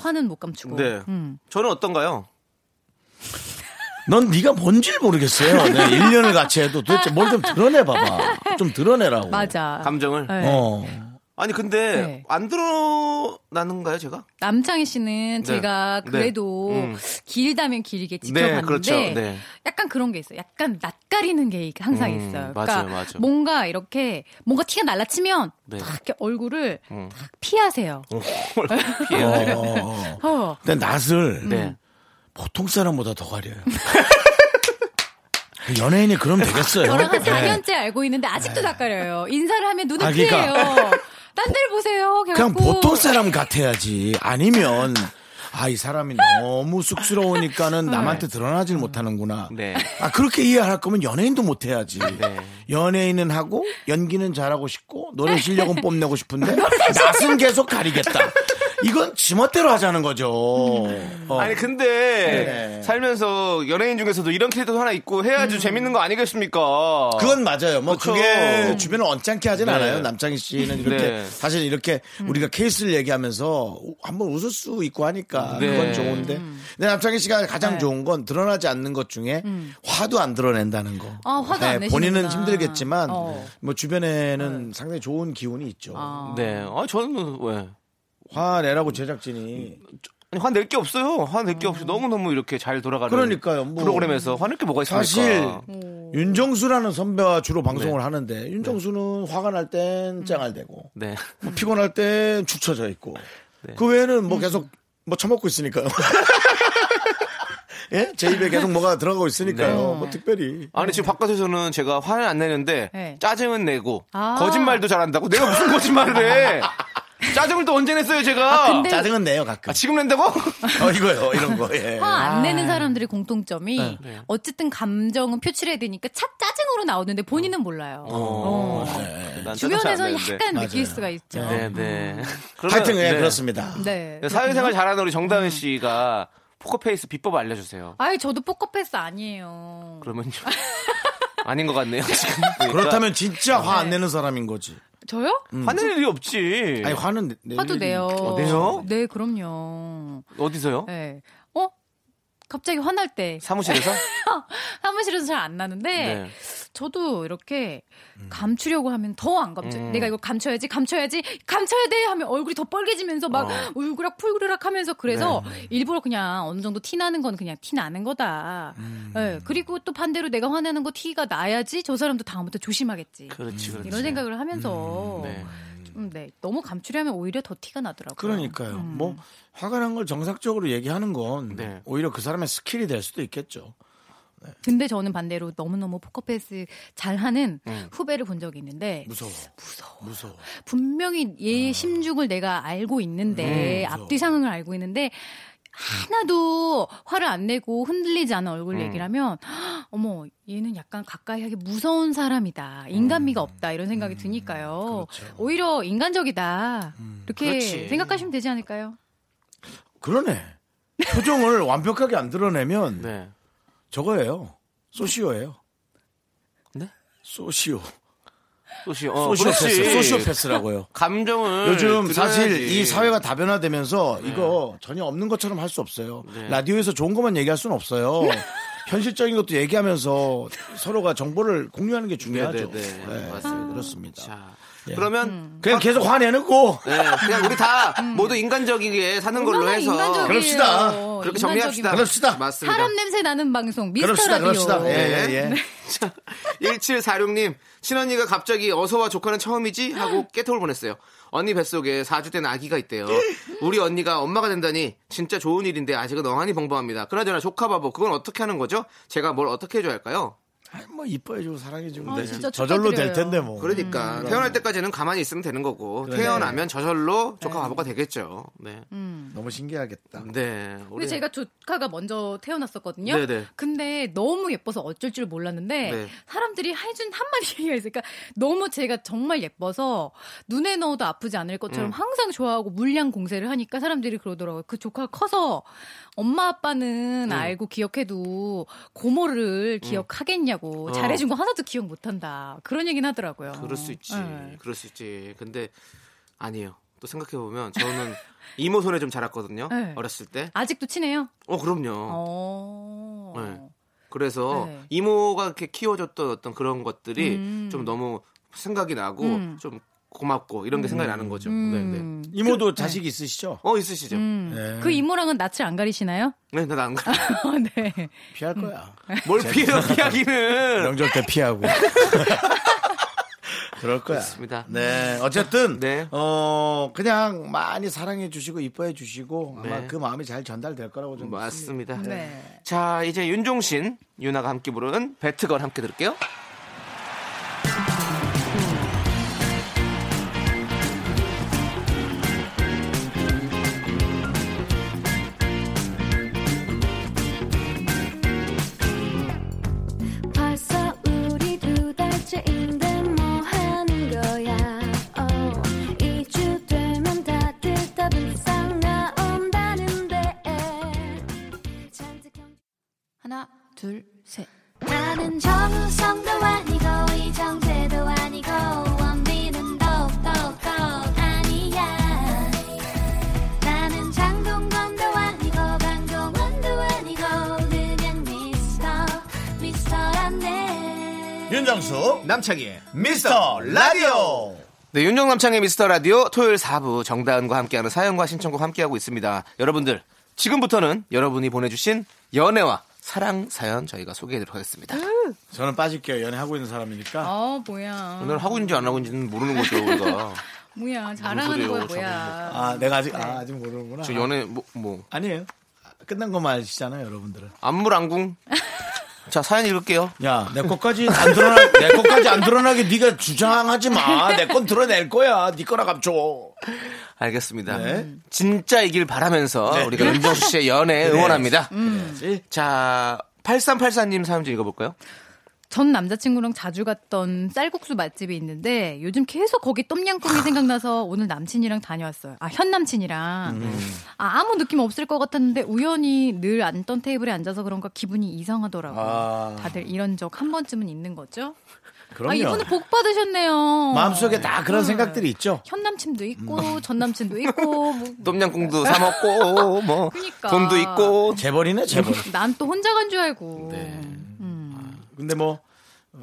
[SPEAKER 9] 화는 못 감추고.
[SPEAKER 2] 네.
[SPEAKER 9] 음.
[SPEAKER 2] 저는 어떤가요?
[SPEAKER 1] 넌 네가 뭔지를 모르겠어요. 네, 1년을 같이 해도 도대체 뭘 좀 드러내 봐봐. 좀 드러내라고.
[SPEAKER 9] 맞아.
[SPEAKER 2] 감정을.
[SPEAKER 9] 네.
[SPEAKER 1] 어.
[SPEAKER 2] 아니 근데
[SPEAKER 9] 네.
[SPEAKER 2] 안 드러나는가요, 제가?
[SPEAKER 9] 남창희 씨는 제가
[SPEAKER 2] 네.
[SPEAKER 9] 그래도
[SPEAKER 2] 음.
[SPEAKER 9] 길다면 길게 지켜봤는데
[SPEAKER 2] 그렇죠. 네.
[SPEAKER 9] 약간 그런 게 있어요. 약간 낯가리는 게 항상
[SPEAKER 2] 음,
[SPEAKER 9] 있어요. 그러니까
[SPEAKER 2] 맞아요, 맞아요.
[SPEAKER 9] 뭔가 이렇게 뭔가 티가 날라치면
[SPEAKER 2] 네.
[SPEAKER 9] 딱 이렇게 얼굴을
[SPEAKER 2] 음. 어.
[SPEAKER 9] 딱 피하세요.
[SPEAKER 2] 피해를.
[SPEAKER 1] 어.
[SPEAKER 9] 어.
[SPEAKER 1] 근데 낯을
[SPEAKER 2] 네.
[SPEAKER 1] 보통 사람보다 더 가려요. 연예인이 그럼 되겠어요.
[SPEAKER 9] 저랑 한
[SPEAKER 1] 네.
[SPEAKER 9] 4년째 알고 있는데 아직도
[SPEAKER 2] 네.
[SPEAKER 9] 낯가려요. 인사를 하면 눈을
[SPEAKER 1] 아, 그러니까.
[SPEAKER 9] 피해요. 딴 데를 보세요.
[SPEAKER 1] 그냥
[SPEAKER 9] 걔갖고.
[SPEAKER 1] 보통 사람 같아야지. 아니면 아 이 사람이 너무 쑥스러우니까는 남한테 드러나질 못하는구나.
[SPEAKER 2] 네.
[SPEAKER 1] 아 그렇게 이해할 거면 연예인도 못 해야지.
[SPEAKER 2] 네.
[SPEAKER 1] 연예인은 하고 연기는 잘하고 싶고 노래 실력은 뽐내고 싶은데 낯은 계속 가리겠다. 이건 지멋대로 하자는 거죠. 어.
[SPEAKER 2] 아니 근데
[SPEAKER 1] 네.
[SPEAKER 2] 살면서 연예인 중에서도 이런 캐릭터 하나 있고 해야지 재밌는 거 아니겠습니까?
[SPEAKER 1] 음. 그건 맞아요. 뭐
[SPEAKER 2] 그쵸.
[SPEAKER 1] 그게 주변을 언짢게 하진
[SPEAKER 2] 그렇죠. 네.
[SPEAKER 1] 않아요. 남창희 씨는 이렇게
[SPEAKER 2] 네.
[SPEAKER 1] 사실 이렇게
[SPEAKER 9] 음.
[SPEAKER 1] 우리가 케이스를 얘기하면서 우- 한번 웃을 수 있고 하니까
[SPEAKER 2] 네.
[SPEAKER 1] 그건 좋은데.
[SPEAKER 9] 음.
[SPEAKER 1] 근데 남창희 씨가 가장
[SPEAKER 9] 네.
[SPEAKER 1] 좋은 건 드러나지 않는 것 중에 화도 안 드러낸다는 거.
[SPEAKER 9] 음.
[SPEAKER 1] 네,
[SPEAKER 9] 아, 화도 안 내시는구나.
[SPEAKER 1] 본인은 힘들겠지만
[SPEAKER 9] 어. 네.
[SPEAKER 1] 뭐 주변에는 상당히 좋은 기운이 있죠.
[SPEAKER 9] 아.
[SPEAKER 2] 네. 아 저는 왜?
[SPEAKER 1] 화내라고 제작진이
[SPEAKER 2] 아니, 화낼 게 없어요. 화낼 게 없이 너무너무 이렇게 잘 돌아가는
[SPEAKER 1] 음. 그러니까요, 뭐.
[SPEAKER 2] 프로그램에서 화낼 게 뭐가 있습니까?
[SPEAKER 1] 사실 윤정수라는 선배와 주로 방송을 하는데 윤정수는 화가 날 땐 짱알 대고
[SPEAKER 2] 네.
[SPEAKER 1] 뭐 피곤할 땐 축 처져 있고 그 외에는 뭐 계속 뭐 처먹고 있으니까요. 예? 제 입에 계속 뭐가 들어가고 있으니까요.
[SPEAKER 2] 네.
[SPEAKER 1] 뭐 특별히.
[SPEAKER 2] 아니 지금 바깥에서는 제가 화를 안 내는데
[SPEAKER 9] 네.
[SPEAKER 2] 짜증은 내고
[SPEAKER 9] 아.
[SPEAKER 2] 거짓말도 잘한다고 내가 무슨 거짓말을 해? 짜증을 또 언제 냈어요, 제가?
[SPEAKER 9] 아, 근데-
[SPEAKER 1] 짜증은 내요 가끔.
[SPEAKER 2] 지금 낸다고?
[SPEAKER 1] 어 이거요 이런 거. 예.
[SPEAKER 9] 화
[SPEAKER 2] 아.
[SPEAKER 9] 안 내는 사람들의 공통점이
[SPEAKER 1] 네. 네.
[SPEAKER 9] 어쨌든 감정은 표출해야 되니까 차 짜증으로 나오는데 본인은 몰라요.
[SPEAKER 2] 어. 난 짜증
[SPEAKER 9] 네. 주변에서
[SPEAKER 2] 안 내는데.
[SPEAKER 9] 약간 느낄 수가 있죠.
[SPEAKER 2] 네, 네.
[SPEAKER 1] 하여튼, 예,
[SPEAKER 2] 네.
[SPEAKER 1] 그렇습니다.
[SPEAKER 9] 네.
[SPEAKER 2] 사회생활 잘하는 우리
[SPEAKER 9] 음.
[SPEAKER 2] 정다은 씨가 포커페이스 비법 알려주세요.
[SPEAKER 9] 아이 저도 포커페이스 아니에요.
[SPEAKER 2] 그러면 좀 아닌 것 같네요. 지금
[SPEAKER 9] 그러니까
[SPEAKER 2] 보니까.
[SPEAKER 1] 그렇다면 진짜 화
[SPEAKER 9] 네.
[SPEAKER 1] 안 내는 사람인 거지.
[SPEAKER 9] 저요?
[SPEAKER 2] 화낼 일이 없지.
[SPEAKER 1] 아니 화는 내- 낼
[SPEAKER 9] 화도
[SPEAKER 1] 일이-
[SPEAKER 9] 내요.
[SPEAKER 2] 어, 내요?
[SPEAKER 9] 네, 그럼요.
[SPEAKER 2] 어디서요?
[SPEAKER 9] 네. 어? 갑자기 화날 때
[SPEAKER 2] 사무실에서?
[SPEAKER 9] 사무실에서 잘 안 나는데
[SPEAKER 2] 네.
[SPEAKER 9] 저도 이렇게 감추려고 하면 더 안 감춰.
[SPEAKER 2] 음.
[SPEAKER 9] 내가 이거 감춰야지, 감춰야지, 감춰야 돼 하면 얼굴이 더 빨개지면서 막
[SPEAKER 2] 어.
[SPEAKER 9] 울그락 풀그락 하면서 그래서 일부러 그냥 어느 정도 티 나는 건 그냥 티 나는 거다. 예, 그리고 또 반대로 내가 화내는 거 티가 나야지 저 사람도 다음부터 조심하겠지.
[SPEAKER 2] 그렇지, 그렇지.
[SPEAKER 9] 음. 이런 생각을 하면서
[SPEAKER 2] 네.
[SPEAKER 9] 좀 네, 너무 감추려면 오히려 더 티가 나더라고요. 음.
[SPEAKER 1] 그러니까요. 뭐 화가 난 걸 정상적으로 얘기하는 건
[SPEAKER 2] 네.
[SPEAKER 1] 오히려 그 사람의 스킬이 될 수도 있겠죠.
[SPEAKER 9] 근데 저는 반대로 너무너무 포커페이스 잘하는
[SPEAKER 1] 음.
[SPEAKER 9] 후배를 본 적이 있는데
[SPEAKER 1] 무서워. 무서워. 무서워.
[SPEAKER 9] 분명히
[SPEAKER 2] 아.
[SPEAKER 9] 얘의 심중을 내가 알고
[SPEAKER 2] 네.
[SPEAKER 9] 있는데 네.
[SPEAKER 1] 음,
[SPEAKER 9] 앞뒤 상황을 알고 있는데 하나도 화를 안 내고 흔들리지 않은 얼굴
[SPEAKER 12] 음.
[SPEAKER 9] 얘기를 하면 "헉, 어머 얘는 약간 가까이 하기 무서운 사람이다
[SPEAKER 2] 음.
[SPEAKER 9] 인간미가 없다 이런 생각이 드니까요
[SPEAKER 2] 그렇죠.
[SPEAKER 9] 오히려 인간적이다
[SPEAKER 2] 음.
[SPEAKER 9] 이렇게
[SPEAKER 1] 그렇지.
[SPEAKER 9] 생각하시면 되지 않을까요?
[SPEAKER 1] 그러네. 표정을 완벽하게 안 드러내면 저거예요. 소시오예요.
[SPEAKER 2] 네? 어,
[SPEAKER 1] 소시오.
[SPEAKER 2] 소시,
[SPEAKER 1] 소시오패스, 소시오패스라고요.
[SPEAKER 2] 감정을
[SPEAKER 1] 요즘 사실
[SPEAKER 2] 드러내야지. 네.
[SPEAKER 1] 이 사회가 다변화되면서 이거 전혀 없는 것처럼 할 수 없어요. 라디오에서 좋은 것만 얘기할 수는 없어요.
[SPEAKER 2] 네.
[SPEAKER 1] 현실적인 것도 얘기하면서 서로가 정보를 공유하는 게 중요하죠.
[SPEAKER 2] 네, 네, 네. 맞습니다.
[SPEAKER 1] 그렇습니다. 예.
[SPEAKER 2] 그러면
[SPEAKER 9] 음.
[SPEAKER 1] 그냥 계속 화내놓고
[SPEAKER 2] 네, 그냥 우리 다 모두 인간적이게 사는 걸로
[SPEAKER 9] 얼마나
[SPEAKER 2] 해서
[SPEAKER 9] 음. 인간적이에요.
[SPEAKER 1] 그럽시다.
[SPEAKER 2] 그렇게
[SPEAKER 9] 인간적이면-
[SPEAKER 2] 정리합시다.
[SPEAKER 1] 그럽시다.
[SPEAKER 2] 맞습니다.
[SPEAKER 9] 사람 냄새 나는 방송 미스터
[SPEAKER 2] 그럽시다,
[SPEAKER 9] 라디오
[SPEAKER 2] 그럽시다. 예, 예, 예. 1746님, 친언니가 갑자기 어서와 조카는 처음이지? 하고 깨톡을 보냈어요. 언니 뱃속에 4주 된 아기가 있대요. 우리 언니가 엄마가 된다니 진짜 좋은 일인데 아직은 멍하니 벙벙합니다. 그나저나 조카 바보, 그건 어떻게 하는 거죠? 제가 뭘 어떻게 해줘야 할까요?
[SPEAKER 1] 뭐 이뻐해주고 사랑해주면
[SPEAKER 2] 아,
[SPEAKER 1] 되지.
[SPEAKER 2] 진짜
[SPEAKER 1] 저절로 될
[SPEAKER 2] 축하드려요.
[SPEAKER 1] 텐데 뭐.
[SPEAKER 9] 음,
[SPEAKER 2] 그러니까 태어날 때까지는 가만히 있으면 되는 거고
[SPEAKER 1] 그래.
[SPEAKER 2] 태어나면 저절로
[SPEAKER 9] 네.
[SPEAKER 2] 조카 바보가 되겠죠. 네.
[SPEAKER 1] 너무 신기하겠다.
[SPEAKER 2] 네.
[SPEAKER 9] 음. 근데
[SPEAKER 2] 우리
[SPEAKER 9] 제가 조카가 먼저 태어났었거든요.
[SPEAKER 2] 네네.
[SPEAKER 9] 근데 너무 예뻐서 어쩔 줄 몰랐는데
[SPEAKER 2] 네.
[SPEAKER 9] 사람들이 해준 한마디 얘기가 있으니까 너무 제가 정말 예뻐서 눈에 넣어도 아프지 않을 것처럼
[SPEAKER 12] 음.
[SPEAKER 9] 항상 좋아하고 물량 공세를 하니까 사람들이 그러더라고요. 그 조카가 커서 엄마 아빠는
[SPEAKER 2] 음.
[SPEAKER 9] 알고 기억해도 고모를 기억하겠냐고
[SPEAKER 2] 어.
[SPEAKER 9] 잘해준 거 하나도 기억 못한다. 그런 얘기는 하더라고요.
[SPEAKER 2] 그럴 수 있지.
[SPEAKER 9] 네.
[SPEAKER 2] 그럴 수 있지. 근데 아니에요. 또 생각해 보면 저는 이모 손에 좀 자랐거든요.
[SPEAKER 9] 네.
[SPEAKER 2] 어렸을 때.
[SPEAKER 9] 아직도 친해요?
[SPEAKER 2] 어 그럼요.
[SPEAKER 9] 어.
[SPEAKER 2] 네. 그래서
[SPEAKER 9] 네.
[SPEAKER 2] 이모가 이렇게 키워줬던 어떤 그런 것들이
[SPEAKER 9] 음.
[SPEAKER 2] 좀 너무 생각이 나고
[SPEAKER 9] 음.
[SPEAKER 2] 좀 고맙고 이런 게 생각이 나는 거죠.
[SPEAKER 9] 음.
[SPEAKER 2] 네, 네.
[SPEAKER 1] 이모도 자식이 있으시죠?
[SPEAKER 2] 어 있으시죠.
[SPEAKER 9] 음. 그 이모랑은 낯을 안 가리시나요?
[SPEAKER 2] 네, 나안 가.
[SPEAKER 9] 네.
[SPEAKER 1] 피할 거야.
[SPEAKER 2] 뭘 피해요, 피하기는.
[SPEAKER 1] 명절 때 피하고. 그럴 거야.
[SPEAKER 2] 그렇습니다.
[SPEAKER 1] 네. 어쨌든, 어, 그냥 많이 사랑해 주시고, 이뻐해 주시고, 아마
[SPEAKER 2] 네.
[SPEAKER 1] 그 마음이 잘 전달될 거라고 좀.
[SPEAKER 2] 맞습니다.
[SPEAKER 1] 믿습니다.
[SPEAKER 9] 네.
[SPEAKER 2] 자, 이제 윤종신, 유나가 함께 부르는 배트걸 함께 들을게요.
[SPEAKER 5] 벌써 우리 두 달째인데 뭐 하는 거야 oh. 2주 되면 다들 더비상 나온다는데
[SPEAKER 9] 하나 둘 셋.
[SPEAKER 5] 나는 정우성도 아니고 이정재도 아니고 원빈은 더욱더 아니야 나는 장동건도 아니고 강동원도 아니고 그냥 미스터 미스터란데
[SPEAKER 1] 윤정수,
[SPEAKER 2] 남창희의
[SPEAKER 1] 미스터 라디오.
[SPEAKER 2] 네, 윤종남창의 미스터 라디오 토요일 4부 정다은과 함께하는 사연과 신청곡 함께하고 있습니다. 여러분들, 지금부터는 여러분이 보내주신 연애와 사랑 사연 저희가 소개해드리도록 하겠습니다.
[SPEAKER 1] 저는 빠질게요. 연애하고 있는 사람이니까.
[SPEAKER 9] 아 뭐야.
[SPEAKER 2] 오늘 하고 있는지 안 하고 있는지는 모르는 거죠, 우리가.
[SPEAKER 9] 뭐야 자랑하는
[SPEAKER 2] 소리예요,
[SPEAKER 9] 거야
[SPEAKER 2] 저거.
[SPEAKER 9] 뭐야.
[SPEAKER 1] 아, 내가 아직, 아, 아직 모르는구나.
[SPEAKER 2] 저 연애, 뭐, 뭐.
[SPEAKER 1] 아니에요. 끝난 것만 아시잖아요, 여러분들은.
[SPEAKER 2] 안물안궁. 자, 사연 읽을게요.
[SPEAKER 1] 야, 내 것까지 안 드러나, 내 것까지 안 드러나게 네가 주장하지 마. 내 건 드러낼 거야. 네 거나 감춰.
[SPEAKER 2] 알겠습니다.
[SPEAKER 1] 네.
[SPEAKER 2] 진짜 이길 바라면서
[SPEAKER 1] 네.
[SPEAKER 2] 우리가 윤정수 씨의 연애
[SPEAKER 1] 그래야지.
[SPEAKER 2] 응원합니다.
[SPEAKER 1] 그래야지.
[SPEAKER 2] 자, 8384님 사연 좀 읽어볼까요?
[SPEAKER 9] 전 남자친구랑 자주 갔던 쌀국수 맛집이 있는데 요즘 계속 거기 똠양꿍이 생각나서 오늘 남친이랑 다녀왔어요. 아, 현 남친이랑. 아, 아무 느낌 없을 것 같았는데 우연히 늘 앉던 테이블에 앉아서 그런가 기분이 이상하더라고요.
[SPEAKER 1] 아.
[SPEAKER 9] 다들 이런 적 한 번쯤은 있는 거죠?
[SPEAKER 1] 그럼요.
[SPEAKER 9] 아, 이분은 복 받으셨네요.
[SPEAKER 1] 마음속에 다 그런 생각들이 있죠.
[SPEAKER 9] 현 남친도 있고 전 남친도 있고 뭐
[SPEAKER 2] 똠양꿍도 사 먹고 뭐
[SPEAKER 9] 그러니까.
[SPEAKER 2] 돈도 있고
[SPEAKER 1] 재벌이네 재벌.
[SPEAKER 9] 난 또 혼자 간 줄 알고.
[SPEAKER 1] 네.
[SPEAKER 9] 음.
[SPEAKER 1] 근데 뭐 어,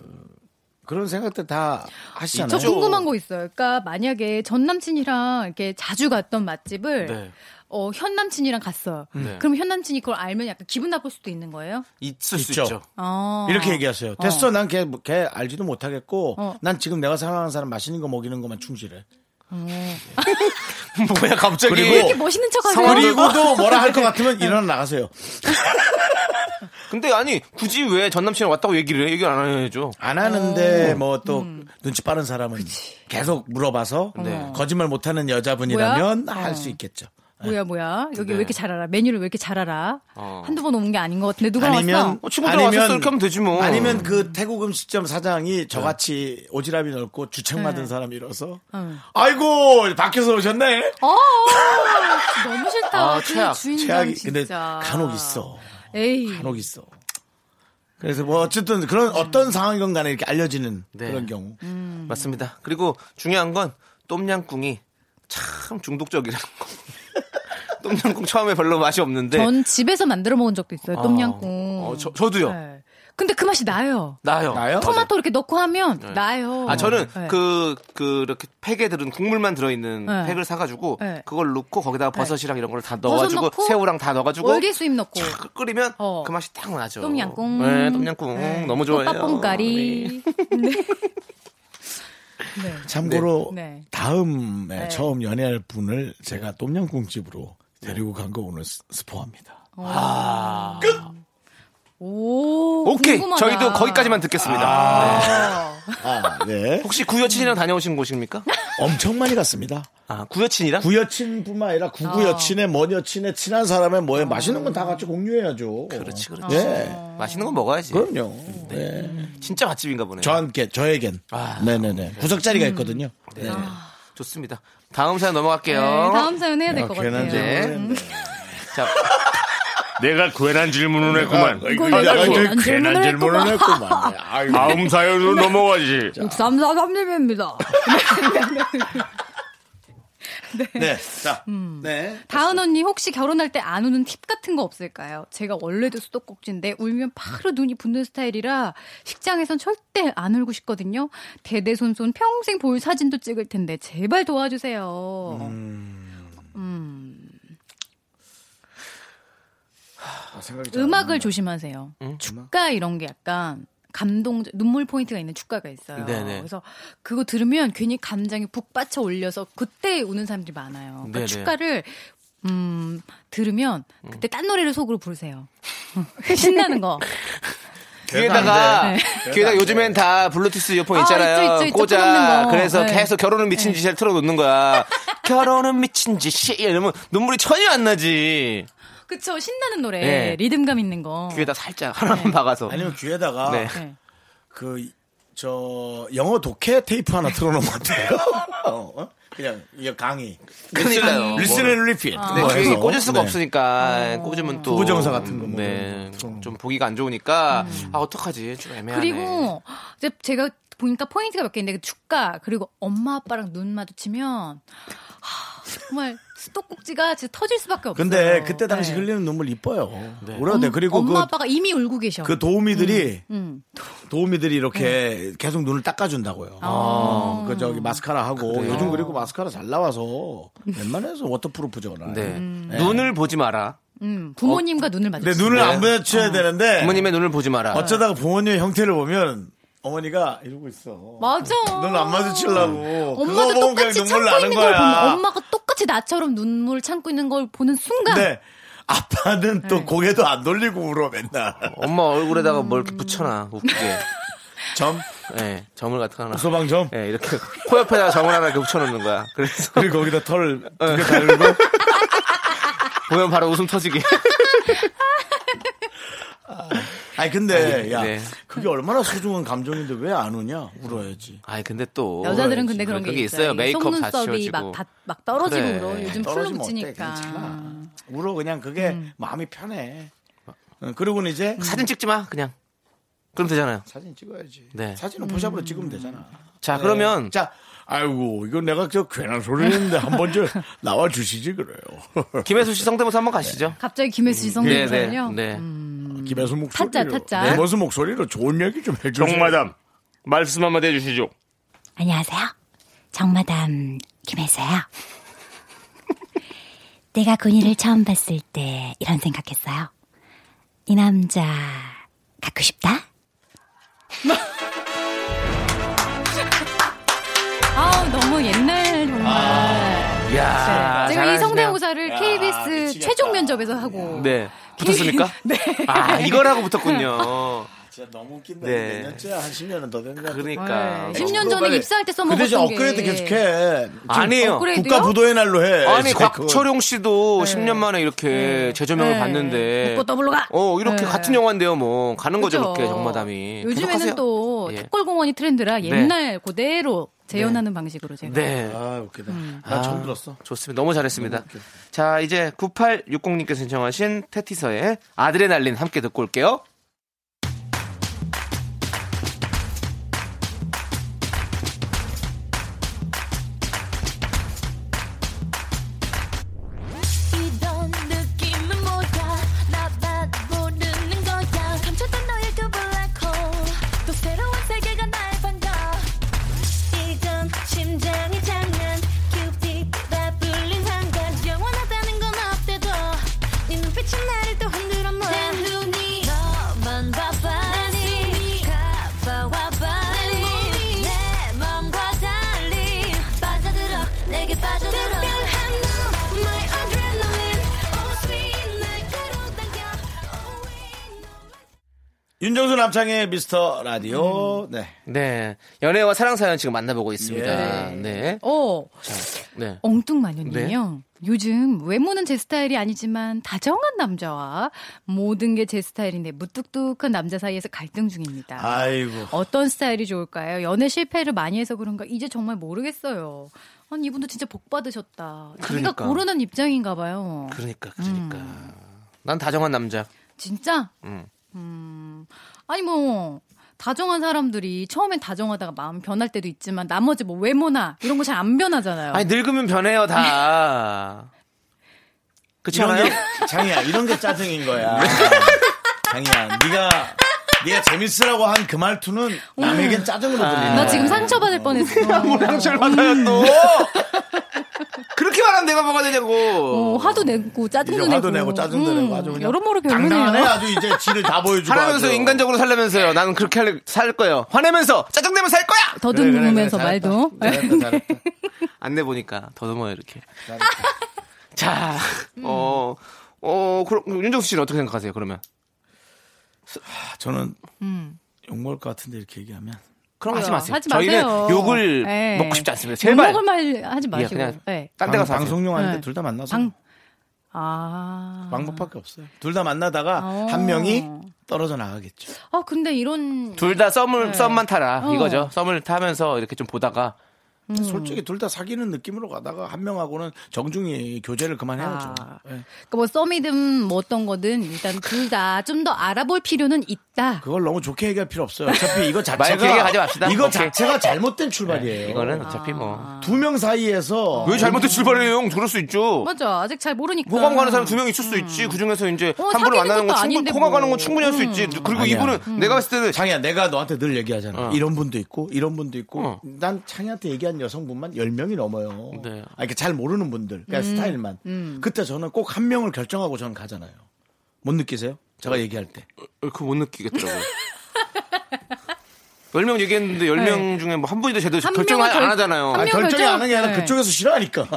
[SPEAKER 1] 그런 생각들 다
[SPEAKER 9] 저
[SPEAKER 1] 하시잖아요.
[SPEAKER 9] 궁금한 거 있어요. 그러니까 만약에 전 남친이랑 이렇게 자주 갔던 맛집을
[SPEAKER 2] 네.
[SPEAKER 9] 어, 현 남친이랑 갔어요.
[SPEAKER 2] 네.
[SPEAKER 9] 그럼 현 남친이 그걸 알면 약간 기분 나쁠 수도 있는 거예요?
[SPEAKER 2] 있을 수
[SPEAKER 1] 있죠.
[SPEAKER 2] 있죠.
[SPEAKER 9] 어.
[SPEAKER 1] 이렇게 얘기하세요. 됐어, 난 걔 걔 알지도 못하겠고,
[SPEAKER 9] 어.
[SPEAKER 1] 난 지금 내가 사랑하는 사람 맛있는 거 먹이는 것만 충실해.
[SPEAKER 2] 뭐야 갑자기
[SPEAKER 9] 왜 이렇게 멋있는 척하세요?
[SPEAKER 1] 그리고도 뭐라 할 것 같으면 일어나 나가세요.
[SPEAKER 2] 근데 아니 굳이 왜 전 남친이 왔다고 얘기를 해? 얘기를 안 해야죠.
[SPEAKER 1] 안 하는데
[SPEAKER 9] 어.
[SPEAKER 1] 뭐 또
[SPEAKER 9] 음.
[SPEAKER 1] 눈치 빠른 사람은 계속 물어봐서
[SPEAKER 2] 네.
[SPEAKER 1] 거짓말 못하는 여자분이라면 할 수 있겠죠.
[SPEAKER 9] 뭐야 뭐야 여기
[SPEAKER 2] 네.
[SPEAKER 9] 왜 이렇게 잘 알아? 메뉴를 왜 이렇게 잘 알아?
[SPEAKER 2] 어.
[SPEAKER 9] 한두 번 오는 게 아닌 것 같은데 누가 뭐 왔어?
[SPEAKER 1] 아니면
[SPEAKER 2] 어, 친구들 왔었어. 이렇게 하면 되지 뭐.
[SPEAKER 1] 아니면 그 태국 음식점 사장이 저같이 오지랖이 넓고 주책 맞은 사람이라서
[SPEAKER 9] 응.
[SPEAKER 1] 아이고 밖에서 오셨네.
[SPEAKER 9] 어, 어, 너무 싫다.
[SPEAKER 2] 아,
[SPEAKER 9] 그
[SPEAKER 2] 최악,
[SPEAKER 9] 주인장
[SPEAKER 1] 최악이 근데
[SPEAKER 9] 진짜.
[SPEAKER 1] 간혹 있어.
[SPEAKER 9] 에이.
[SPEAKER 1] 간혹 있어. 그래서 뭐 어쨌든 그런 어떤 상황이건 간에 이렇게 알려지는
[SPEAKER 2] 네.
[SPEAKER 1] 그런 경우.
[SPEAKER 9] 음.
[SPEAKER 2] 맞습니다. 그리고 중요한 건 똠양꿍이 참 중독적이라는 거. 똠양꿍 처음에 별로 맛이 없는데
[SPEAKER 9] 전 집에서 만들어 먹은 적도 있어요.
[SPEAKER 2] 아,
[SPEAKER 9] 똠양꿍.
[SPEAKER 2] 어, 저, 저도요.
[SPEAKER 9] 네. 근데 그 맛이 나요.
[SPEAKER 2] 나요.
[SPEAKER 1] 나요?
[SPEAKER 9] 토마토 이렇게 넣고 하면 나요.
[SPEAKER 2] 어? 아 저는
[SPEAKER 9] 네.
[SPEAKER 2] 그 그렇게 팩에 들은 국물만 들어있는
[SPEAKER 9] 네.
[SPEAKER 2] 팩을 사가지고
[SPEAKER 9] 네.
[SPEAKER 2] 그걸 넣고 거기다가 버섯이랑 이런 걸 다
[SPEAKER 9] 버섯
[SPEAKER 2] 넣어가지고
[SPEAKER 9] 넣고,
[SPEAKER 2] 새우랑 다 넣어가지고
[SPEAKER 9] 월계수잎 넣고
[SPEAKER 2] 촥 끓이면
[SPEAKER 9] 어.
[SPEAKER 2] 그 맛이 딱 나죠.
[SPEAKER 9] 똠양꿍.
[SPEAKER 2] 네, 똠양꿍
[SPEAKER 9] 네.
[SPEAKER 2] 너무 좋아해요.
[SPEAKER 9] 볶아뽕가리. 네. 네.
[SPEAKER 1] 참고로
[SPEAKER 9] 네. 네.
[SPEAKER 1] 다음에
[SPEAKER 9] 네.
[SPEAKER 1] 처음 연애할 분을 제가 똠양꿍집으로 데리고 간 거 오늘 스- 스포합니다.
[SPEAKER 9] 오.
[SPEAKER 2] 오케이
[SPEAKER 9] 궁금하다.
[SPEAKER 2] 저희도 거기까지만 듣겠습니다. 네.
[SPEAKER 1] 아, 네.
[SPEAKER 2] 혹시 구여친이랑 다녀오신 곳입니까?
[SPEAKER 1] 엄청 많이 갔습니다.
[SPEAKER 2] 아 구여친이랑?
[SPEAKER 1] 구여친뿐만 아니라
[SPEAKER 2] 어.
[SPEAKER 1] 구구여친의 머여친의 친한 사람의 뭐에 맛있는 건 다 같이 공유해야죠.
[SPEAKER 2] 아. 그렇지, 그렇지.
[SPEAKER 1] 네.
[SPEAKER 2] 맛있는 거 먹어야지.
[SPEAKER 1] 그럼요. 네.
[SPEAKER 2] 진짜 맛집인가 보네요.
[SPEAKER 1] 저한테 저에겐
[SPEAKER 2] 아. 음.
[SPEAKER 1] 네네네 구석 자리가 있거든요. 네.
[SPEAKER 2] 좋습니다. 다음 사연 넘어갈게요.
[SPEAKER 9] 네, 다음 사연 해야 될
[SPEAKER 1] 아,
[SPEAKER 9] 것
[SPEAKER 1] 괜한
[SPEAKER 9] 같아요.
[SPEAKER 2] 네.
[SPEAKER 1] 질문을
[SPEAKER 2] 자,
[SPEAKER 12] 내가 괜한 질문을 했구만.
[SPEAKER 9] 이거 내가
[SPEAKER 12] 아,
[SPEAKER 9] 괜한 질문을 했구만.
[SPEAKER 1] 했구만. 네. 아이고.
[SPEAKER 12] 다음 사연으로 넘어가지.
[SPEAKER 9] 6343님입니다.
[SPEAKER 1] 네. 자.
[SPEAKER 2] 음.
[SPEAKER 1] 네.
[SPEAKER 9] 다은 언니 혹시 결혼할 때 안 우는 팁 같은 거 없을까요? 제가 원래도 수도꼭지인데 울면 바로 눈이 붓는 스타일이라 식장에선 절대 안 울고 싶거든요. 대대손손 평생 볼 사진도 찍을 텐데 제발 도와주세요.
[SPEAKER 2] 아,
[SPEAKER 1] 생각이 잘안
[SPEAKER 9] 음악을 조심하세요. 축가 이런 게 약간 감동 눈물 포인트가 있는 축가가 있어요.
[SPEAKER 2] 네네.
[SPEAKER 9] 그래서 그거 들으면 괜히 감정이 북받쳐 올려서 그때 우는 사람들이 많아요. 그러니까
[SPEAKER 2] 네네.
[SPEAKER 9] 축가를 음, 들으면
[SPEAKER 2] 음.
[SPEAKER 9] 그때 딴 노래를 속으로 부르세요. 신나는 거.
[SPEAKER 2] 귀에다가
[SPEAKER 9] 네.
[SPEAKER 2] 귀에다가 요즘엔 다 블루투스 이어폰
[SPEAKER 9] 아,
[SPEAKER 2] 있잖아요.
[SPEAKER 9] 있죠, 있죠, 있죠. 끊는
[SPEAKER 2] 꽂아.
[SPEAKER 9] 거.
[SPEAKER 2] 그래서
[SPEAKER 9] 네.
[SPEAKER 2] 계속 결혼은 미친 짓을 틀어놓는 거야. 결혼은 미친 짓이 이러면 눈물이 전혀 안 나지.
[SPEAKER 9] 그쵸 신나는 노래
[SPEAKER 2] 네.
[SPEAKER 9] 리듬감 있는 거.
[SPEAKER 1] 그,
[SPEAKER 2] 귀에다 살짝 하나만 박아서.
[SPEAKER 1] 아니면 귀에다가
[SPEAKER 2] 네.
[SPEAKER 9] 네.
[SPEAKER 1] 그 저 영어 독해 테이프 하나 틀어놓으면 어때요? 어? 어? 그냥 이거 강의.
[SPEAKER 2] 그러니까요.
[SPEAKER 1] 리슨 앤 리핏.
[SPEAKER 2] 네, 귀에 꽂을 수가
[SPEAKER 9] 어.
[SPEAKER 2] 없으니까 꽂으면 또
[SPEAKER 1] 부부정사 같은 거 뭐.
[SPEAKER 2] 네, 좀 보기가 안 좋으니까 아 어떡하지 좀 애매하네.
[SPEAKER 9] 음. 그리고 이제 제가 보니까 포인트가 몇 개 있는데 그 축가 그리고 엄마 아빠랑 눈 마주치면 하, 정말 수도꼭지가 진짜 터질 수밖에 없어요.
[SPEAKER 1] 근데 그때 당시
[SPEAKER 9] 네.
[SPEAKER 1] 흘리는 눈물 이뻐요.
[SPEAKER 2] 네.
[SPEAKER 1] 오래돼. 그리고
[SPEAKER 9] 음? 엄마
[SPEAKER 1] 그,
[SPEAKER 9] 아빠가 이미 울고 계셔.
[SPEAKER 1] 그 도우미들이
[SPEAKER 9] 음.
[SPEAKER 1] 도우미들이 이렇게 계속 눈을 닦아준다고요.
[SPEAKER 9] 아.
[SPEAKER 1] 그 저기 마스카라 하고 요즘 그리고 마스카라 잘 나와서 웬만해서 워터프루프잖아요.
[SPEAKER 2] 네. 눈을 보지 마라.
[SPEAKER 9] 음, 부모님과 눈을
[SPEAKER 1] 어, 근데
[SPEAKER 9] 마주치.
[SPEAKER 1] 눈을
[SPEAKER 2] 네.
[SPEAKER 1] 안 부딪혀야 되는데
[SPEAKER 2] 부모님의 눈을 보지 마라.
[SPEAKER 1] 어쩌다가 부모님의 형태를 보면 어머니가 이러고 있어.
[SPEAKER 9] 맞아.
[SPEAKER 1] 눈 안 마주치려고.
[SPEAKER 9] 엄마도
[SPEAKER 1] 그거 보고 그냥
[SPEAKER 9] 똑같이 참고
[SPEAKER 1] 눈물
[SPEAKER 9] 있는
[SPEAKER 1] 나는
[SPEAKER 9] 걸
[SPEAKER 1] 거야.
[SPEAKER 9] 보면 엄마가 똑같이 나처럼 눈물 참고 있는 걸 보는 순간
[SPEAKER 1] 근데 네. 아빠는 또 고개도 안 돌리고 울어 맨날.
[SPEAKER 2] 엄마 얼굴에다가 뭘 이렇게 붙여놔 웃기게.
[SPEAKER 1] 점?
[SPEAKER 2] 네, 점을 같은 거 하나.
[SPEAKER 1] 소방점?
[SPEAKER 2] 네, 이렇게 코 옆에다 점을 하나 이렇게 붙여놓는 거야. 그래서
[SPEAKER 1] 그리고 거기다 털 두개 가르고
[SPEAKER 2] 보면 바로 웃음 터지기.
[SPEAKER 1] 아니 근데
[SPEAKER 2] 아니,
[SPEAKER 1] 야
[SPEAKER 2] 네.
[SPEAKER 1] 그게 얼마나 소중한 감정인데 왜 안 우냐? 울어야지.
[SPEAKER 2] 아니 근데 또
[SPEAKER 9] 여자들은 근데 그런 게
[SPEAKER 2] 그게
[SPEAKER 9] 있어요.
[SPEAKER 2] 있어요.
[SPEAKER 9] 이
[SPEAKER 2] 메이크업 다
[SPEAKER 9] 속눈썹이
[SPEAKER 2] 지워지고.
[SPEAKER 9] 막, 다- 막 떨어지고
[SPEAKER 2] 그래.
[SPEAKER 9] 울어. 요즘 풀로
[SPEAKER 1] 떨어지면 어때?
[SPEAKER 9] 묻히니까.
[SPEAKER 1] 울어 그냥 그게 마음이 편해.
[SPEAKER 2] 어.
[SPEAKER 1] 응, 그리고는
[SPEAKER 9] 음.
[SPEAKER 1] 이제
[SPEAKER 2] 사진 찍지 마 그냥. 그럼 되잖아요.
[SPEAKER 1] 사진 찍어야지.
[SPEAKER 2] 네.
[SPEAKER 1] 사진은
[SPEAKER 9] 음.
[SPEAKER 1] 포샵으로 찍으면 되잖아.
[SPEAKER 2] 자
[SPEAKER 1] 네.
[SPEAKER 2] 그러면
[SPEAKER 1] 자 아이고 이거 내가 저 괜한 소리 했는데 한 번 좀 나와 주시지 그래요.
[SPEAKER 2] 김혜수 씨 성대모사 한번 가시죠.
[SPEAKER 9] 갑자기 김혜수 씨
[SPEAKER 2] 네,
[SPEAKER 9] 성대모사요. 음.
[SPEAKER 2] 네.
[SPEAKER 1] 김혜수 목소리로
[SPEAKER 9] 타짜, 타짜.
[SPEAKER 1] 김혜수 목소리로 좋은 얘기 좀 해주세요.
[SPEAKER 12] 정마담 말씀 한마디 해주시죠.
[SPEAKER 13] 안녕하세요. 정마담 김혜수예요. 내가 군인을 처음 봤을 때 이런 생각했어요. 이 남자 갖고 싶다.
[SPEAKER 9] 아우 너무 옛날 정말.
[SPEAKER 2] 야,
[SPEAKER 9] 제가 이
[SPEAKER 2] 아, 잘하시네요.
[SPEAKER 9] 성대모사를
[SPEAKER 2] 야,
[SPEAKER 9] KBS 최종 면접에서 하고.
[SPEAKER 2] 네. 붙었습니까?
[SPEAKER 9] 네.
[SPEAKER 2] 아, 이거라고 붙었군요.
[SPEAKER 1] 진짜 너무 웃긴다.
[SPEAKER 2] 네.
[SPEAKER 1] 몇 년째야? 한 10년은 더 된다.
[SPEAKER 2] 그러니까. 어,
[SPEAKER 9] 네, 10년 전에 입사할 때 써먹었던
[SPEAKER 1] 그 대신
[SPEAKER 9] 게.
[SPEAKER 1] 업그레이드 계속해. 지금
[SPEAKER 2] 아니에요. 네,
[SPEAKER 1] 국가 부도의 날로 해.
[SPEAKER 2] 아니,
[SPEAKER 1] 진짜
[SPEAKER 2] 곽철용 씨도 10년 만에 이렇게 재조명을 봤는데.
[SPEAKER 9] 네. 묶고 네. 더블로 가.
[SPEAKER 2] 어, 이렇게
[SPEAKER 9] 네.
[SPEAKER 2] 같은 영화인데요, 뭐. 가는 거죠,
[SPEAKER 9] 그죠.
[SPEAKER 2] 그렇게 정마담이.
[SPEAKER 9] 요즘에는
[SPEAKER 2] 계속하세요.
[SPEAKER 9] 또
[SPEAKER 2] 예.
[SPEAKER 9] 탑골공원이 트렌드라 옛날 그대로 재현하는 방식으로 제가.
[SPEAKER 2] 네.
[SPEAKER 1] 아, 웃기다.
[SPEAKER 2] 나
[SPEAKER 1] 처음 들었어.
[SPEAKER 2] 좋습니다. 너무 잘했습니다. 자, 이제 9860님께서 신청하신 테티서의 아드레날린 함께 듣고 올게요.
[SPEAKER 5] 이런 느낌은 뭐야 나만 모르는 거야 감췄던 너의 그 블랙홀 또 새로운 세계가 날 반겨 이건 심장의 장난 큐피라 불린 상관 영원하다는 건 없대도 네 눈빛이 나를 또 흔들어 놔 내 눈이 너만 봐봐 내 눈이 가봐와봐 내 몸이 내 맘과 달리 빠져들어 내게 빠져들어 특별한 너 my adrenaline oh sweet 날 끌어당겨
[SPEAKER 1] 윤정수 남창의 미스터
[SPEAKER 9] 음.
[SPEAKER 1] 라디오. 네.
[SPEAKER 2] 네. 연애와 사랑 사연 지금 만나보고 있습니다.
[SPEAKER 9] 예.
[SPEAKER 2] 네.
[SPEAKER 9] 어,
[SPEAKER 2] 네.
[SPEAKER 9] 엉뚱마녀님이요. 요즘 외모는 제 스타일이 아니지만 다정한 남자와 모든 게 제 스타일인데 무뚝뚝한 남자 사이에서 갈등 중입니다.
[SPEAKER 1] 아이고.
[SPEAKER 9] 어떤 스타일이 좋을까요? 연애 실패를 많이 해서 그런가? 이제 정말 모르겠어요. 아니 이분도 진짜 복 받으셨다. 자기가
[SPEAKER 2] 그러니까.
[SPEAKER 9] 고르는 입장인가 봐요.
[SPEAKER 2] 그러니까, 그러니까. 난 다정한 남자.
[SPEAKER 9] 진짜?
[SPEAKER 2] 음.
[SPEAKER 9] 아니 뭐 다정한 사람들이 처음엔 다정하다가 마음 변할 때도 있지만 나머지 뭐 외모나 이런 거 잘 안 변하잖아요.
[SPEAKER 2] 아니 늙으면 변해요 다. 그렇지 않아요?
[SPEAKER 1] 게, 장이야, 이런 게 짜증인 거야.
[SPEAKER 9] 네.
[SPEAKER 1] 장이야, 네가 네가 재밌으라고 한 그 말투는 남에겐 짜증으로 들리는 거야.
[SPEAKER 9] 음. 나
[SPEAKER 2] 네.
[SPEAKER 9] 지금 상처받을 뻔했어.
[SPEAKER 2] 상처를 받아요 또. 그렇게 말하면 내가 뭐가 되냐고.
[SPEAKER 9] 어, 화도 내고
[SPEAKER 1] 이제
[SPEAKER 9] 짜증도 내고. 음,
[SPEAKER 1] 화도 내고 짜증도 내고 아주 그냥
[SPEAKER 9] 여러모로
[SPEAKER 1] 당당하네
[SPEAKER 9] 별로네요.
[SPEAKER 1] 아주 이제 지를 다 보여주고
[SPEAKER 2] 살아면서
[SPEAKER 1] 아주.
[SPEAKER 2] 인간적으로 살려면서요. 나는 그렇게 할- 살 거예요. 화내면서 짜증내면 살 거야.
[SPEAKER 1] 네,
[SPEAKER 9] 더듬으면서
[SPEAKER 1] 그래, 그래, 그래,
[SPEAKER 9] 말도. 네.
[SPEAKER 1] 잘했다, 잘했다.
[SPEAKER 2] 안 내보니까 더듬어요 이렇게. 자, 어, 어, 그럼 윤정수 씨는 어떻게 생각하세요? 그러면
[SPEAKER 1] 아, 저는
[SPEAKER 9] 음.
[SPEAKER 1] 욕먹을 것 같은데 이렇게 얘기하면
[SPEAKER 2] 그럼 아, 하지
[SPEAKER 9] 그래요.
[SPEAKER 2] 마세요.
[SPEAKER 9] 하지
[SPEAKER 2] 저희는
[SPEAKER 9] 마세요.
[SPEAKER 2] 욕을
[SPEAKER 9] 네.
[SPEAKER 2] 먹고 싶지 않습니다. 제발.
[SPEAKER 9] 욕먹을 말 하지
[SPEAKER 2] 예,
[SPEAKER 9] 마시고.
[SPEAKER 2] 그냥
[SPEAKER 9] 네.
[SPEAKER 2] 딴 데 가서 하세요.
[SPEAKER 1] 방송용 하는데
[SPEAKER 9] 네.
[SPEAKER 1] 둘 다 만나서
[SPEAKER 9] 방- 아.
[SPEAKER 1] 방법밖에 없어요. 둘 다 만나다가
[SPEAKER 9] 어.
[SPEAKER 1] 한 명이 떨어져 나가겠죠.
[SPEAKER 9] 아 근데 이런
[SPEAKER 2] 둘 다 썸을
[SPEAKER 9] 네.
[SPEAKER 2] 썸만 타라
[SPEAKER 9] 어.
[SPEAKER 2] 이거죠. 썸을 타면서 이렇게 좀 보다가
[SPEAKER 1] 솔직히 둘 다 사귀는 느낌으로 가다가 한 명하고는 정중히 교제를 그만해야죠.
[SPEAKER 9] 아.
[SPEAKER 1] 예.
[SPEAKER 9] 그러니까 뭐 썸이든 뭐 어떤 거든 일단 둘 다 좀 더 알아볼 필요는 있다.
[SPEAKER 1] 그걸 너무 좋게 얘기할 필요 없어요. 어차피 이거
[SPEAKER 2] 말 길게
[SPEAKER 1] 자체가
[SPEAKER 2] 가지 맙시다.
[SPEAKER 1] 이거
[SPEAKER 2] 오케이. 네,
[SPEAKER 1] 자체가 잘못된 출발이에요.
[SPEAKER 2] 이거는 어. 어차피 뭐
[SPEAKER 1] 두 명 사이에서
[SPEAKER 2] 왜 잘못해 출발해요? 형? 그럴 수 있죠.
[SPEAKER 9] 맞아 뭐, 아직 잘 모르니까.
[SPEAKER 2] 호감 가는 사람 두 명 있을 수 있지. 그 중에서 이제
[SPEAKER 9] 어,
[SPEAKER 2] 한 분을
[SPEAKER 9] 사귀는
[SPEAKER 2] 만나는 건
[SPEAKER 9] 것도
[SPEAKER 2] 충분히
[SPEAKER 9] 아닌데
[SPEAKER 2] 호감
[SPEAKER 9] 뭐.
[SPEAKER 2] 가는 건 충분히 할 수 있지. 그리고
[SPEAKER 1] 아니야.
[SPEAKER 2] 이분은 내가 봤을 때는
[SPEAKER 1] 장이야, 내가 너한테 늘 얘기하잖아. 이런 분도 있고, 이런 분도 있고.
[SPEAKER 2] 어.
[SPEAKER 1] 난 창이한테 얘기한 여성분만 10명이 넘어요.
[SPEAKER 2] 네. 음.
[SPEAKER 1] 아, 이렇게 잘 모르는 분들. 그러니까 스타일만. 그때 저는 꼭 한 명을 결정하고 저는 가잖아요. 못 느끼세요? 제가 얘기할 때.
[SPEAKER 2] 그못 느끼겠더라고. 10명 얘기했는데 10명
[SPEAKER 1] 네.
[SPEAKER 2] 중에 뭐 한 분이도 제대로
[SPEAKER 1] 한
[SPEAKER 2] 결정
[SPEAKER 1] 명은
[SPEAKER 2] 안,
[SPEAKER 1] 결-
[SPEAKER 2] 안 하잖아요.
[SPEAKER 1] 한 아니, 명은 결정이 안 결정- 하는 게 아니라 네. 그쪽에서 싫어하니까.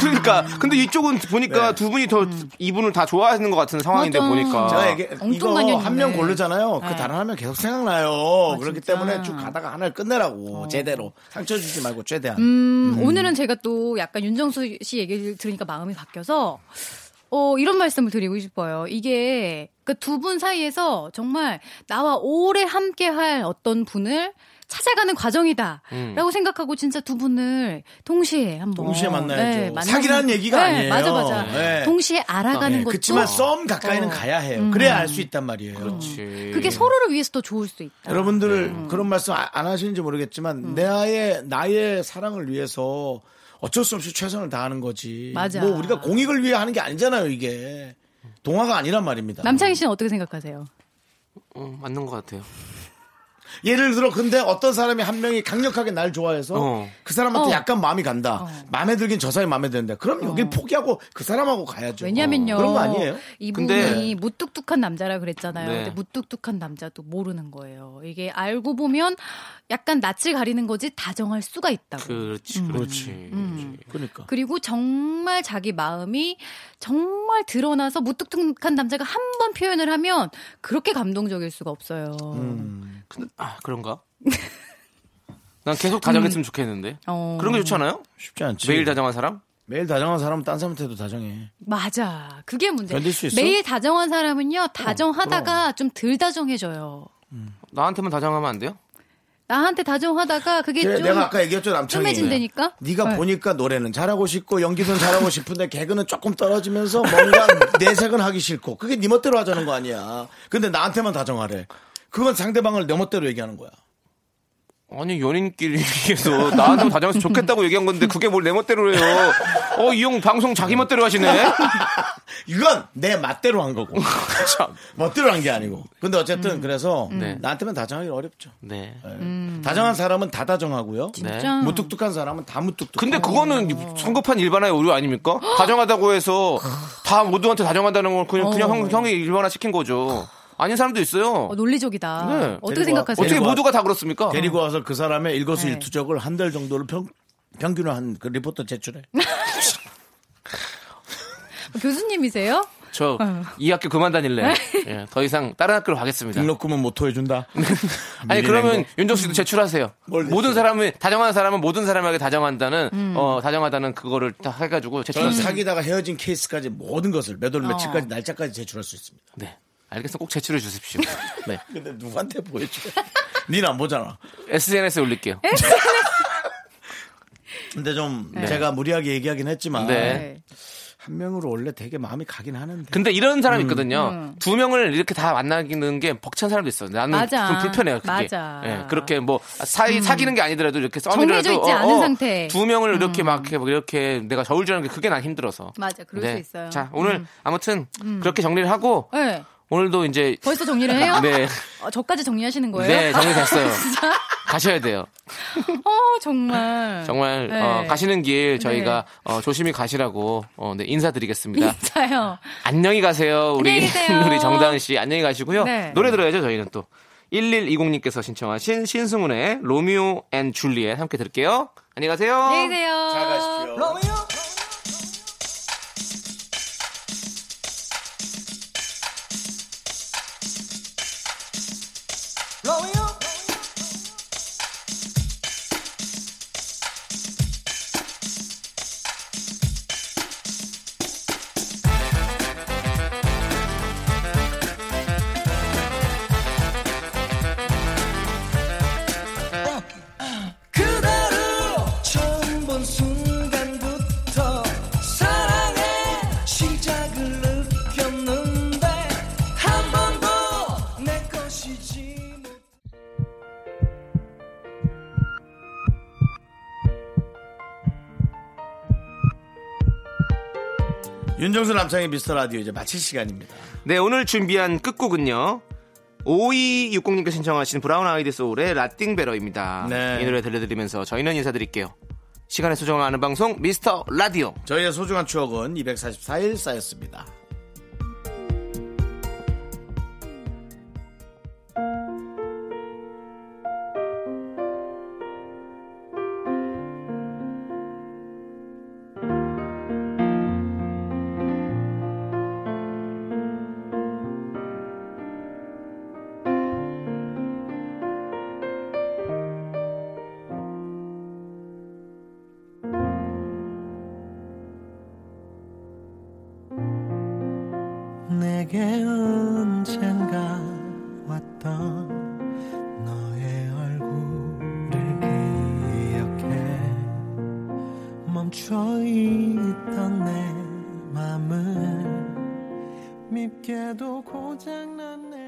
[SPEAKER 2] 그러니까. 근데 이쪽은 보니까
[SPEAKER 1] 네.
[SPEAKER 2] 두 분이 더 이분을 다 좋아하시는 것 같은 상황인데 보니까.
[SPEAKER 1] 제가 얘기, 이거 한 명 고르잖아요.
[SPEAKER 9] 네.
[SPEAKER 1] 그 다른 한 명 계속 생각나요.
[SPEAKER 9] 아,
[SPEAKER 1] 그렇기 때문에 쭉 가다가 하나를 끝내라고 제대로 상처 주지 말고 최대한.
[SPEAKER 9] 어. 음,
[SPEAKER 1] 음.
[SPEAKER 9] 오늘은 제가 또 약간 윤정수 씨 얘기를 들으니까 마음이 바뀌어서 어, 이런 말씀을 드리고 싶어요. 이게 그 두 분 사이에서 정말 나와 오래 함께 할 어떤 분을 찾아가는 과정이다.
[SPEAKER 1] 음.
[SPEAKER 9] 라고 생각하고 진짜 두 분을 동시에 한번. 네,
[SPEAKER 1] 동시에 만나야죠.
[SPEAKER 9] 만나는-
[SPEAKER 1] 사귀라는 얘기가
[SPEAKER 9] 네,
[SPEAKER 1] 아니에요.
[SPEAKER 9] 맞아, 맞아.
[SPEAKER 1] 네.
[SPEAKER 9] 동시에 알아가는
[SPEAKER 1] 네,
[SPEAKER 9] 것도.
[SPEAKER 1] 그치만 썸 가까이는
[SPEAKER 9] 어.
[SPEAKER 1] 가야 해요.
[SPEAKER 9] 음.
[SPEAKER 1] 그래야 알 수 있단 말이에요.
[SPEAKER 2] 예,
[SPEAKER 1] 예.
[SPEAKER 9] 그게 서로를 위해서 더 좋을 수 있다.
[SPEAKER 1] 여러분들
[SPEAKER 9] 음.
[SPEAKER 1] 그런 말씀 아- 안 하시는지 모르겠지만 내 아의 나의 사랑을 위해서 어쩔 수 없이 최선을 다하는 거지.
[SPEAKER 9] 맞아.
[SPEAKER 1] 뭐 우리가 공익을 위해 하는 게 아니잖아요, 이게. 동화가 아니란 말입니다.
[SPEAKER 9] 남창희 씨는 어떻게 생각하세요?
[SPEAKER 2] 어, 맞는 것 같아요.
[SPEAKER 1] 예를 들어 근데 어떤 사람이 한 명이 강력하게 날 좋아해서
[SPEAKER 2] 어.
[SPEAKER 1] 그 사람한테
[SPEAKER 9] 어.
[SPEAKER 1] 약간 마음이 간다. 마음에 들긴 저 사람이 마음에 드는데 그럼 여길 포기하고 그 사람하고 가야죠.
[SPEAKER 9] 왜냐면요.
[SPEAKER 1] 그런 거 아니에요?
[SPEAKER 9] 이분이 무뚝뚝한 남자라 그랬잖아요.
[SPEAKER 1] 네.
[SPEAKER 9] 근데 무뚝뚝한 남자도 모르는 거예요. 이게 알고 보면 약간 낯을 가리는 거지 다정할 수가 있다고.
[SPEAKER 2] 그렇지, 그렇지.
[SPEAKER 1] 그러니까.
[SPEAKER 9] 그리고 정말 자기 마음이 정말 드러나서 무뚝뚝한 남자가 한 번 표현을 하면 그렇게 감동적일 수가 없어요.
[SPEAKER 1] 음.
[SPEAKER 2] 근데, 아, 그런가? 난 계속 다정했으면 좋겠는데.
[SPEAKER 9] 어.
[SPEAKER 2] 그런 게 좋지 않아요?
[SPEAKER 1] 쉽지 않지.
[SPEAKER 2] 매일 다정한 사람?
[SPEAKER 1] 매일 다정한 사람은 딴 사람한테도 다정해.
[SPEAKER 9] 맞아. 그게 문제.
[SPEAKER 1] 견딜 수 있어? 어,
[SPEAKER 9] 매일 다정한 사람은요, 다정하다가 좀 덜 다정해져요.
[SPEAKER 2] 나한테만 다정하면 안 돼요?
[SPEAKER 9] 나한테 다정하다가 그게
[SPEAKER 1] 그래,
[SPEAKER 9] 좀
[SPEAKER 1] 내가 아까 얘기했죠 남창이.
[SPEAKER 9] 뜸해진다니까?
[SPEAKER 1] 네가
[SPEAKER 9] 네.
[SPEAKER 1] 보니까 노래는 잘하고 싶고 연기는 잘하고 싶은데 개그는 조금 떨어지면서 뭔가 내색은 하기 싫고 그게 네 멋대로 하자는 거 아니야. 근데 나한테만 다정하래. 그건 상대방을 내 멋대로 얘기하는 거야.
[SPEAKER 2] 아니 연인끼리 얘기해서 나한테 다정해서 좋겠다고 얘기한 건데 그게 뭘 내 멋대로 해요? 어 이 형 방송 자기 멋대로 하시네.
[SPEAKER 1] 이건 내 맛대로 한 거고. 멋대로 한 게 아니고. 근데 어쨌든 그래서
[SPEAKER 2] 네.
[SPEAKER 1] 나한테만 다정하기 어렵죠.
[SPEAKER 2] 네.
[SPEAKER 1] 다정한 사람은 다 다정하고요.
[SPEAKER 2] 진짜? 음.
[SPEAKER 1] 무뚝뚝한 사람은 다 무뚝뚝.
[SPEAKER 2] 근데 그거는 성급한 일반화의 오류 아닙니까? 다정하다고 해서 다 모두한테 다정하다는 건 그냥 그냥
[SPEAKER 9] 어.
[SPEAKER 2] 형, 형이 일반화 시킨 거죠. 아닌 사람도 있어요.
[SPEAKER 9] 어, 논리적이다.
[SPEAKER 2] 네.
[SPEAKER 9] 어떻게
[SPEAKER 1] 데리고
[SPEAKER 9] 생각하세요?
[SPEAKER 1] 와- 데리고 와-
[SPEAKER 2] 다 그렇습니까?
[SPEAKER 1] 데리고 와서 그 사람의
[SPEAKER 2] 네.
[SPEAKER 1] 일거수일투족을 한 달 정도를 평, 평균화한 그 리포터 제출해.
[SPEAKER 2] 네.
[SPEAKER 9] 교수님이세요?
[SPEAKER 2] 저
[SPEAKER 9] 어.
[SPEAKER 2] 이 학교 그만
[SPEAKER 1] 네.
[SPEAKER 2] 다닐래. 예, 더 이상 다른 학교로 가겠습니다.
[SPEAKER 1] 등록금은 못 토해준다.
[SPEAKER 2] 아니
[SPEAKER 1] 밀리는
[SPEAKER 2] 그러면
[SPEAKER 1] 거.
[SPEAKER 2] 윤정 씨도 제출하세요. 모든 사람이 다정한 사람은 모든 사람에게 다정한다는
[SPEAKER 1] 음.
[SPEAKER 2] 어 다정하다는 그거를 다 해가지고
[SPEAKER 1] 저는
[SPEAKER 2] 제출하세요.
[SPEAKER 1] 사귀다가 헤어진 케이스까지 모든 것을 몇 월
[SPEAKER 2] 어.
[SPEAKER 1] 며칠까지 날짜까지 제출할 수 있습니다.
[SPEAKER 2] 네. 알겠어. 꼭 제출해 주십시오. 네.
[SPEAKER 1] 근데 누구한테 보여줘? 니는 안 보잖아.
[SPEAKER 2] SNS에 올릴게요.
[SPEAKER 1] 근데 좀
[SPEAKER 2] 네.
[SPEAKER 1] 제가 무리하게 얘기하긴
[SPEAKER 9] 아,
[SPEAKER 1] 했지만
[SPEAKER 2] 네.
[SPEAKER 1] 한 명으로 원래 되게 마음이 가긴 하는데.
[SPEAKER 2] 근데 이런 사람이
[SPEAKER 1] 음.
[SPEAKER 2] 있거든요. 두 명을 이렇게 다 만나기는 게 벅찬 사람도 있어. 나는
[SPEAKER 9] 맞아.
[SPEAKER 2] 좀 불편해요. 그게.
[SPEAKER 9] 맞아. 음.
[SPEAKER 2] 예, 그렇게 뭐 사이 사귀는 게 아니더라도 이렇게 썸이라도 어,
[SPEAKER 9] 정해져 있지 않은 상태. 음.
[SPEAKER 2] 두 명을 이렇게 막 이렇게, 이렇게 내가 저울질하는 게 그게 난 힘들어서.
[SPEAKER 9] 맞아, 그럴 수 있어요.
[SPEAKER 2] 네. 자, 오늘
[SPEAKER 9] 음.
[SPEAKER 2] 아무튼
[SPEAKER 9] 음.
[SPEAKER 2] 그렇게 정리를 하고
[SPEAKER 9] 네.
[SPEAKER 2] 오늘도 이제
[SPEAKER 9] 벌써 정리를 해요?
[SPEAKER 2] 네.
[SPEAKER 9] 어, 저까지 정리하시는 거예요?
[SPEAKER 2] 네, 정리됐어요.
[SPEAKER 9] 진짜?
[SPEAKER 2] 가셔야 돼요.
[SPEAKER 9] 어, 정말.
[SPEAKER 2] 정말
[SPEAKER 9] 네.
[SPEAKER 2] 어, 가시는 길 저희가 어, 조심히 가시라고 어, 네, 인사드리겠습니다.
[SPEAKER 9] 진짜요.
[SPEAKER 2] 안녕히 가세요. 우리
[SPEAKER 9] 안녕히 계세요.
[SPEAKER 2] 우리 정다은 씨 안녕히 가시고요.
[SPEAKER 9] 네.
[SPEAKER 2] 노래 들어야죠. 저희는 또 1120님께서 신청하신 신승훈의 로미오 앤 줄리엣 함께 들을게요. 안녕히 가세요.
[SPEAKER 9] 안녕히 계세요. 잘
[SPEAKER 1] 가십시오.
[SPEAKER 4] 그대로 처음 본 순간부터 사랑의 시작을 느꼈는데 한 번도 내 것이지
[SPEAKER 1] 윤정수 남창의 미스터 라디오 이제 마칠 시간입니다.
[SPEAKER 2] 네, 오늘 준비한 끝곡은요. 5260님께서 신청하신 브라운 아이드 소울의 라띵베러입니다.
[SPEAKER 1] 네.
[SPEAKER 2] 이 노래 들려드리면서 저희는 인사드릴게요. 시간의 소중함 아는 방송 미스터 라디오.
[SPEAKER 1] 저희의 소중한 추억은 244일 쌓였습니다.
[SPEAKER 14] 내게 언젠가 왔던 너의 얼굴을 기억해 멈춰 있던 내 맘을 밉게도 고장난 내